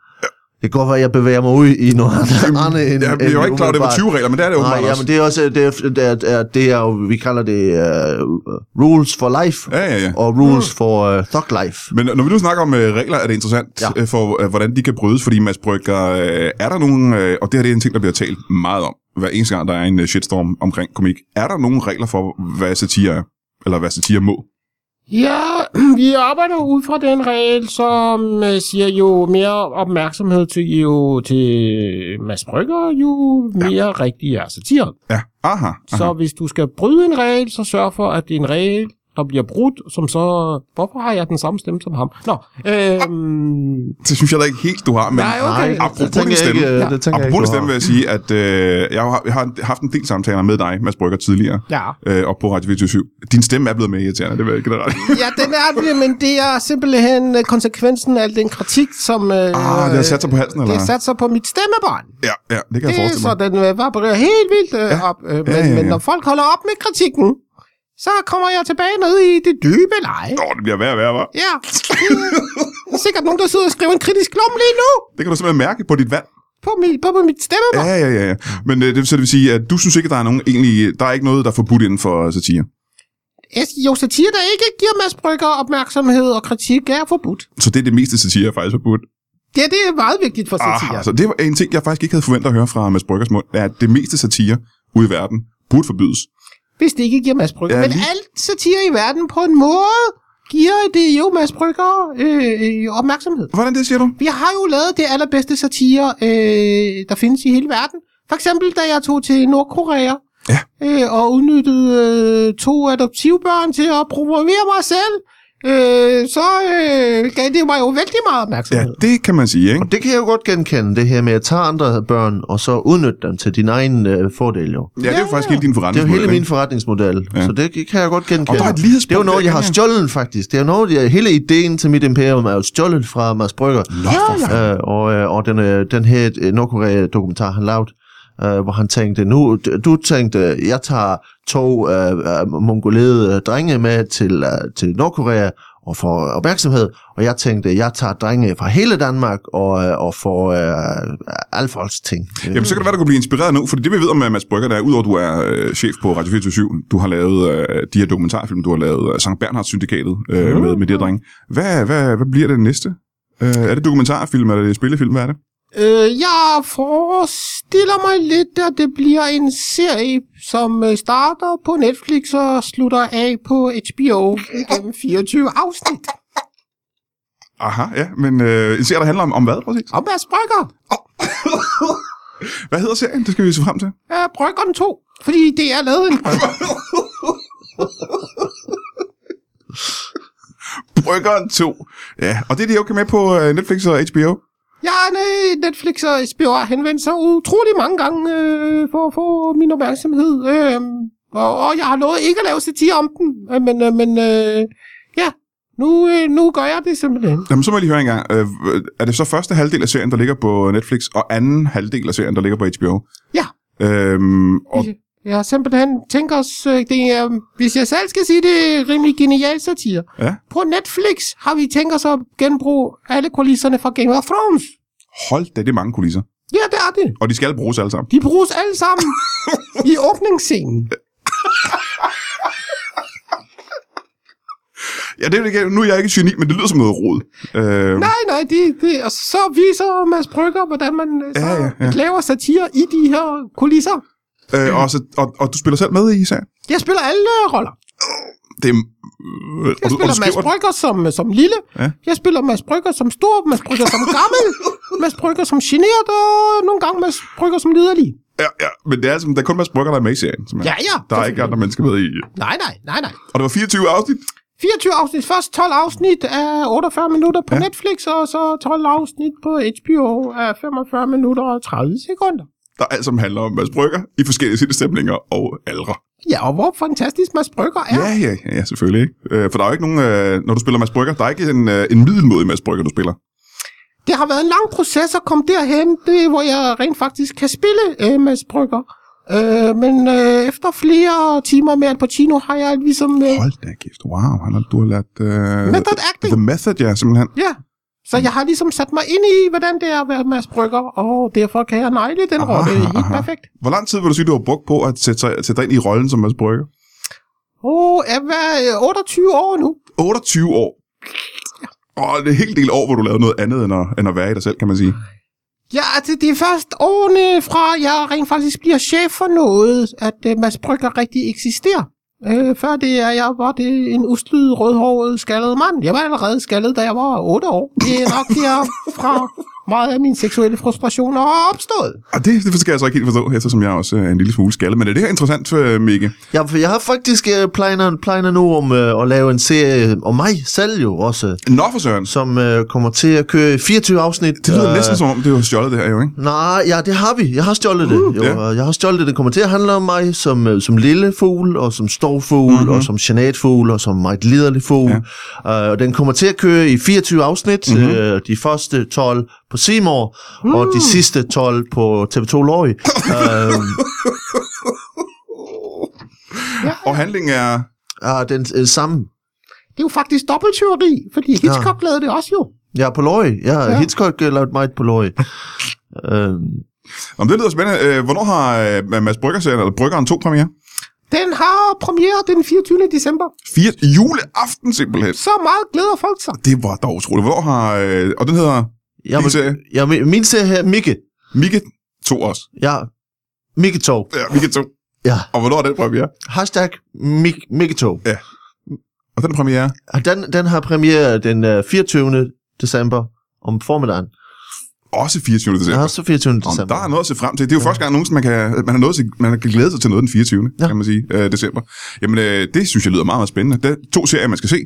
C: Det kan godt være, at jeg bevæger mig ud i noget andet. andet end,
F: Ja, jeg er jo ikke klar, over, det var 20 regler, men det er det
C: Nej,
F: åbenbart
C: ja,
F: også.
C: men det er også, det er, det er, det er, det er jo, vi kalder det uh, rules for life,
A: Ja, ja, ja.
C: og rules for uh, thug life.
A: Men når vi nu snakker om øh, regler, er det interessant ja.
C: Ja.
A: øh, for, øh, hvordan de kan brydes, fordi Mads Brygger, øh, er der nogen, øh, og det her det er en ting, der bliver talt meget om, hver eneste gang, der er en øh, shitstorm omkring komik, er der nogen regler for, hvad satire er, eller hvad satire må?
B: Ja, [CLEARS THROAT] vi arbejder ud fra den regel, som øh, siger, jo mere opmærksomhed til, jo, til Mads Brygger, jo mere ja. rigtig er satiren.
A: Ja, aha, aha.
B: Så hvis du skal bryde en regel, så sørg for, at det er en regel, der bliver brudt, som så... Hvorfor har jeg den samme stemme som ham? Nå, øhm,
A: det synes jeg da ikke helt, du har, men
B: Nej, okay.
A: Nej, apropos
C: det tænker
A: din
C: jeg
A: stemme.
C: ikke, øh,
B: Ja.
C: det tænker jeg
A: Apropos
C: ikke,
A: din
C: du
A: stemme vil
C: har.
A: jeg sige, at øh, jeg, har, jeg har haft en del samtaler med dig, Mads Brygger, tidligere,
B: ja.
A: øh, op på Radio 24 Din stemme er blevet mere irriterende, det vil jeg ikke generelt.
B: [LAUGHS] ja, den er det, men det er simpelthen øh, konsekvensen af al den kritik, som... Øh, ah, det
A: Ah, det har sat sig på halsen, eller?
B: Det har sat sig på mit stemmebånd.
A: Ja, ja, det kan jeg
B: Det er
A: forestille mig.
B: så, den øh, vibrerer helt vildt øh, ja. op. Øh, men, ja, ja, ja. men når folk holder op med kritikken, så kommer jeg tilbage ned i det dybe leje.
A: Åh, det bliver værre og værre, hva'?
B: Ja, det er sikkert nogen, der sidder og skriver en kritisk klum lige nu
A: Det kan du simpelthen mærke på dit vand.
B: på mit, på mit
C: Ah.
B: stemmebånd.
A: Ja, ja, ja. ja. Men øh, det, så det vil sige, at du synes ikke, at der er nogen egentlig, der er ikke noget, der er forbudt inden for satire.
B: Es- Jo, satire, der ikke giver Mads Brygger opmærksomhed og kritik, er forbudt.
A: Så det er det meste satire, er faktisk forbudt.
B: Ja, det er meget vigtigt for satire.
A: Aha, så det var en ting, jeg faktisk ikke havde forventet at høre fra Mads Bryggers mund, er, at det meste satire ude i verden burde forbydes.
B: Hvis det ikke giver Mads Brygger.
A: Ja,
B: Ja, Men
A: lige-
B: alt satire i verden på en måde giver det jo Mads Brygger øh, øh, opmærksomhed.
A: Hvordan det siger du?
B: Vi har jo lavet det allerbedste satire, øh, der findes i hele verden. For eksempel, da jeg tog til Nordkorea
A: Ja.
B: øh, og udnyttede øh, to adoptivbørn til at promovere mig selv, øh, så øh, gav det mig jo vældig meget
A: Ja,
B: opmærksomhed.
A: det kan man sige, ikke?
C: Det kan jeg jo godt genkende, det her med at tage andre børn, og så udnytte dem til din egen øh, fordel, jo.
A: Ja, det er jo faktisk hele din
C: Det er jo
A: forretningsmodel.
C: hele min
A: ikke?
C: forretningsmodel,
A: Ja.
C: ja. så det kan jeg godt
A: Og
C: genkende.
A: der er et
C: det er jo
A: lighedspunkt
C: noget,
A: der,
C: jeg har
A: ikke?
C: stjålet, faktisk. Det er jo noget, jeg, hele ideen til mit imperium er jo stjålet fra Mads Brygger.
A: Nå, for fanden.
C: Øh, og, øh, og den, øh, den her øh, Nordkorea-dokumentar, han lavede, øh, hvor han tænkte, nu, d- du tænkte, jeg tager to øh, øh, mongolede øh, drenge med til, øh, til Nordkorea og får opmærksomhed, og jeg tænkte, jeg tager drenge fra hele Danmark og, øh, og får øh, alle folks ting.
A: Jamen, så kan det være, du kan blive inspireret nu, fordi det vi ved om øh, Mads Brygger, der er, udover at du er øh, chef på Radio 24 du har lavet øh, de her dokumentarfilm, du har lavet øh, Sankt Bernhards Syndikatet øh, med, med de her drenge. Hvad, hvad, hvad bliver det næste? Øh, er det dokumentarfilm, eller er det spillefilm, hvad er det?
B: Øh, jeg forestiller mig lidt, at det bliver en serie, som øh, starter på Netflix og slutter af på HBO igennem 24 afsnit.
A: Aha, ja, men øh, en serie, der handler om, om hvad præcis?
B: Og Mads Brygger.
A: Hvad hedder serien? Det skal vi se frem til.
B: Øh, Bryggeren 2. Fordi det er lavet en brygger.
A: Bryggeren 2. Ja, og det er de okay med på øh, Netflix og HBO.
B: Ja, nej, Netflix og HBO har henvendt sig utrolig mange gange øh, for at få min opmærksomhed. Øh, og, og jeg har lovet ikke at lave satire om den. Øh, men øh, men øh, ja, nu, øh, nu gør jeg det simpelthen.
A: Jamen, så må jeg lige høre en gang. Øh, er det så første halvdel af serien, der ligger på Netflix, og anden halvdel af serien, der ligger på HBO?
B: Ja.
A: Øhm, og
B: Jeg har simpelthen tænkt os, øh, det er, hvis jeg selv skal sige det, rimelig genial satire.
A: Ja.
B: På Netflix har vi tænkt os at genbruge alle kulisserne fra Game of Thrones.
A: hold da, det er mange kulisser.
B: Ja, det er det.
A: Og de skal bruges alle sammen.
B: De bruges alle sammen i åbningsscenen.
A: Ja, det er, det ikke- nu er jeg ikke et geni, men det lyder som noget rod. Øh,
B: Nej, nej, det, det, og så viser Mads Brygger, hvordan man øh,
A: Ja,
B: så
A: ja,
B: ja,
A: ja.
B: ja. laver satire i de her kulisser.
A: øh, og, så, og, og du spiller selv med i serien?
B: Jeg spiller alle øh, roller.
A: Det er, øh,
B: Jeg spiller Mads Brygger som, øh, som lille.
A: Ja.
B: Ja. Jeg spiller Mads Brygger som stor, Mads Brygger som
A: [LAUGHS]
B: gammel, Mads Brygger som generet, og nogle gange Mads Brygger som liderlig.
A: Ja, ja, men det er, som, der er kun Mads Brygger, der er med i serien. simpelthen.
B: Ja, ja.
A: Der er ikke andre mennesker med i.
B: Nej, nej, nej, nej.
A: Og det var 24 afsnit.
B: 24 afsnit. Først 12 afsnit af 48 minutter på
A: Ja.
B: ja. Netflix, og så 12 afsnit på HBO af 45 minutter og 30 sekunder.
A: der alt sammen handler om Mads Brygger i forskellige sindsstemninger og aldre.
B: Ja, og hvor fantastisk Mads Brygger er.
A: Ja, ja, ja, ja selvfølgelig. ikke? Øh, for der er jo ikke nogen, øh, når du spiller Mads Brygger, der er ikke en, øh, en middelmodig Mads Brygger, du spiller.
B: Det har været en lang proces at komme derhen, det, hvor jeg rent faktisk kan spille øh, Mads Brygger. Øh, men øh, efter flere timer med Alpacino har jeg ligesom... Øh,
A: Hold da kæft, wow, han har, du har lært øh,
B: Method acting.
A: The Method, ja, simpelthen.
B: ja, Så jeg har ligesom sat mig ind i, hvordan det er at være Mads Brygger, og derfor kan jeg negle den rolle helt perfekt.
A: Hvor lang tid vil du sige, du har brugt på at sætte, sig, sætte dig ind i rollen som Mads Brygger?
B: Åh, jeg er øh, 28 år nu.
A: 28 år. Og det er en hel del år, hvor du lavede noget andet end at, end at være i dig selv, kan man sige.
B: Ja, altså det er først årene fra, jeg rent faktisk bliver chef for noget, at øh, Mads Brygger rigtig eksisterer. Øh, før det er jeg var det en uslyd, rødhåret, skaldet mand. Jeg var allerede skaldet, da jeg var 8 år. Det er nok der fra meget af mine seksuelle frustrationer er opstået.
A: Og det, det skal jeg så ikke helt forstå, eftersom jeg også er en lille smule skalle. Men er det her interessant, øh, Mikke?
C: Ja, for jeg har faktisk øh, planer, planer nu om øh, at lave en serie om mig selv jo også,
A: Nå for søren.
C: som øh, kommer til at køre i 24 afsnit. Øh,
A: Det lyder næsten som om, det var stjålet det her jo, ikke?
C: Nej, ja, det har vi. Jeg har stjålet det.
A: Uh,
C: jo,
A: ja.
C: Jeg har stjålet det. Det kommer til at handle om mig som, øh, som lille fugl, og som stor fugl,
A: Mhm.
C: mm-hmm. og som genatfugl, og som meget liderlig fugl. Ja. Uh, og den kommer til at køre i 24 afsnit.
A: Mhm.
C: Mm-hmm. Uh, de første 12 på Seymour, mm. og
A: Uh.
C: de sidste 12 på TV2 Lorry.
A: [LAUGHS]
C: uh,
A: Og handlingen er...
C: uh, den uh, samme.
B: Det er jo faktisk dobbelttyveri, fordi Hitchcock ja. lavede det også jo.
C: Jeg er på Lorry. Jeg har ja. Hitchcock uh, lavet meget på Lorry. uh,
A: Om det lyder spændende. Øh, Hvornår har øh, Mads Brygger-serien, eller Bryggeren 2 premiere?
B: Den har premiere den 24. december.
A: 4. juleaften simpelthen.
B: Så meget glæder folk sig.
A: Det var dog utroligt. Hvornår har... Øh, og den hedder
C: jeg,
A: Din serie?
C: jeg, min serie her, Mikke.
A: Mikke 2 også.
C: Ja, Mikke Tog.
A: Ja, Mikke 2.
C: Ja.
A: Og hvornår er den premiere?
C: Hashtag Mik- Mikketo.
A: Og den er premiere
C: Og Den, den har premiere den øh, 24. december om formiddagen.
A: også 24.
C: Ja,
A: december.
C: også 24.
A: Om
C: december.
A: der er noget at se frem til. Det er jo ja. første gang nogensinde, man kan, man, har noget, at se- man kan glæde sig til noget den 24. Ja.
C: Ja.
A: kan man sige, øh, december. Jamen, øh, det synes jeg lyder meget, meget spændende. Der er to serier, man skal se.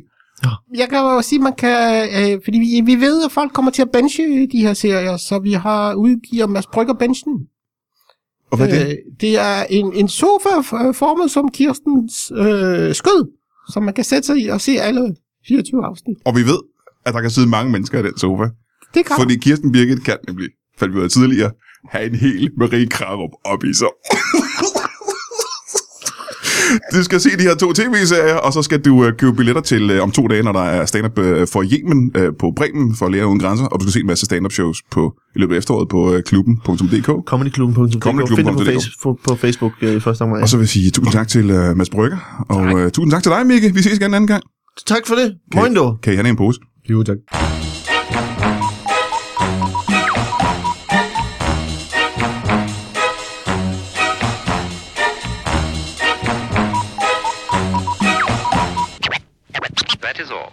B: Jeg kan jo sige, man kan, øh, fordi vi, vi ved, at folk kommer til at benche de her serier, så vi har udgiver Mads Brygger benchen.
A: Og hvad er det?
B: Øh, det er en, en sofa f- øh, formet som Kirstens øh, skød, som man kan sætte sig i og se alle 24 afsnit.
A: Og vi ved, at der kan sidde mange mennesker i den sofa.
B: Det kan
A: Fordi Kirsten Birgit kan nemlig, fandt vi ud af tidligere, have en hel Marie Krarup op i sig. [LAUGHS] Du skal se de her to tv-serier, og så skal du øh, købe billetter til øh, om to dage, når der er stand-up øh, for Yemen øh, på Bremen for Læger Uden Grænser, og du skal se en masse stand-up shows på, i løbet af efteråret på øh, klubben.dk.
C: Comedyklubben.dk.
A: Comedyklubben.dk.
C: Find det på, face- på Facebook øh, i første omgang.
A: Og så vil jeg sige tusind tak til øh, Mads Brygger, og øh, tusind tak til dig, Mikke. Vi ses igen en anden gang.
C: Tak for det. Moin du.
A: Kan I have en pose?
G: Jo, tak.
H: That is all.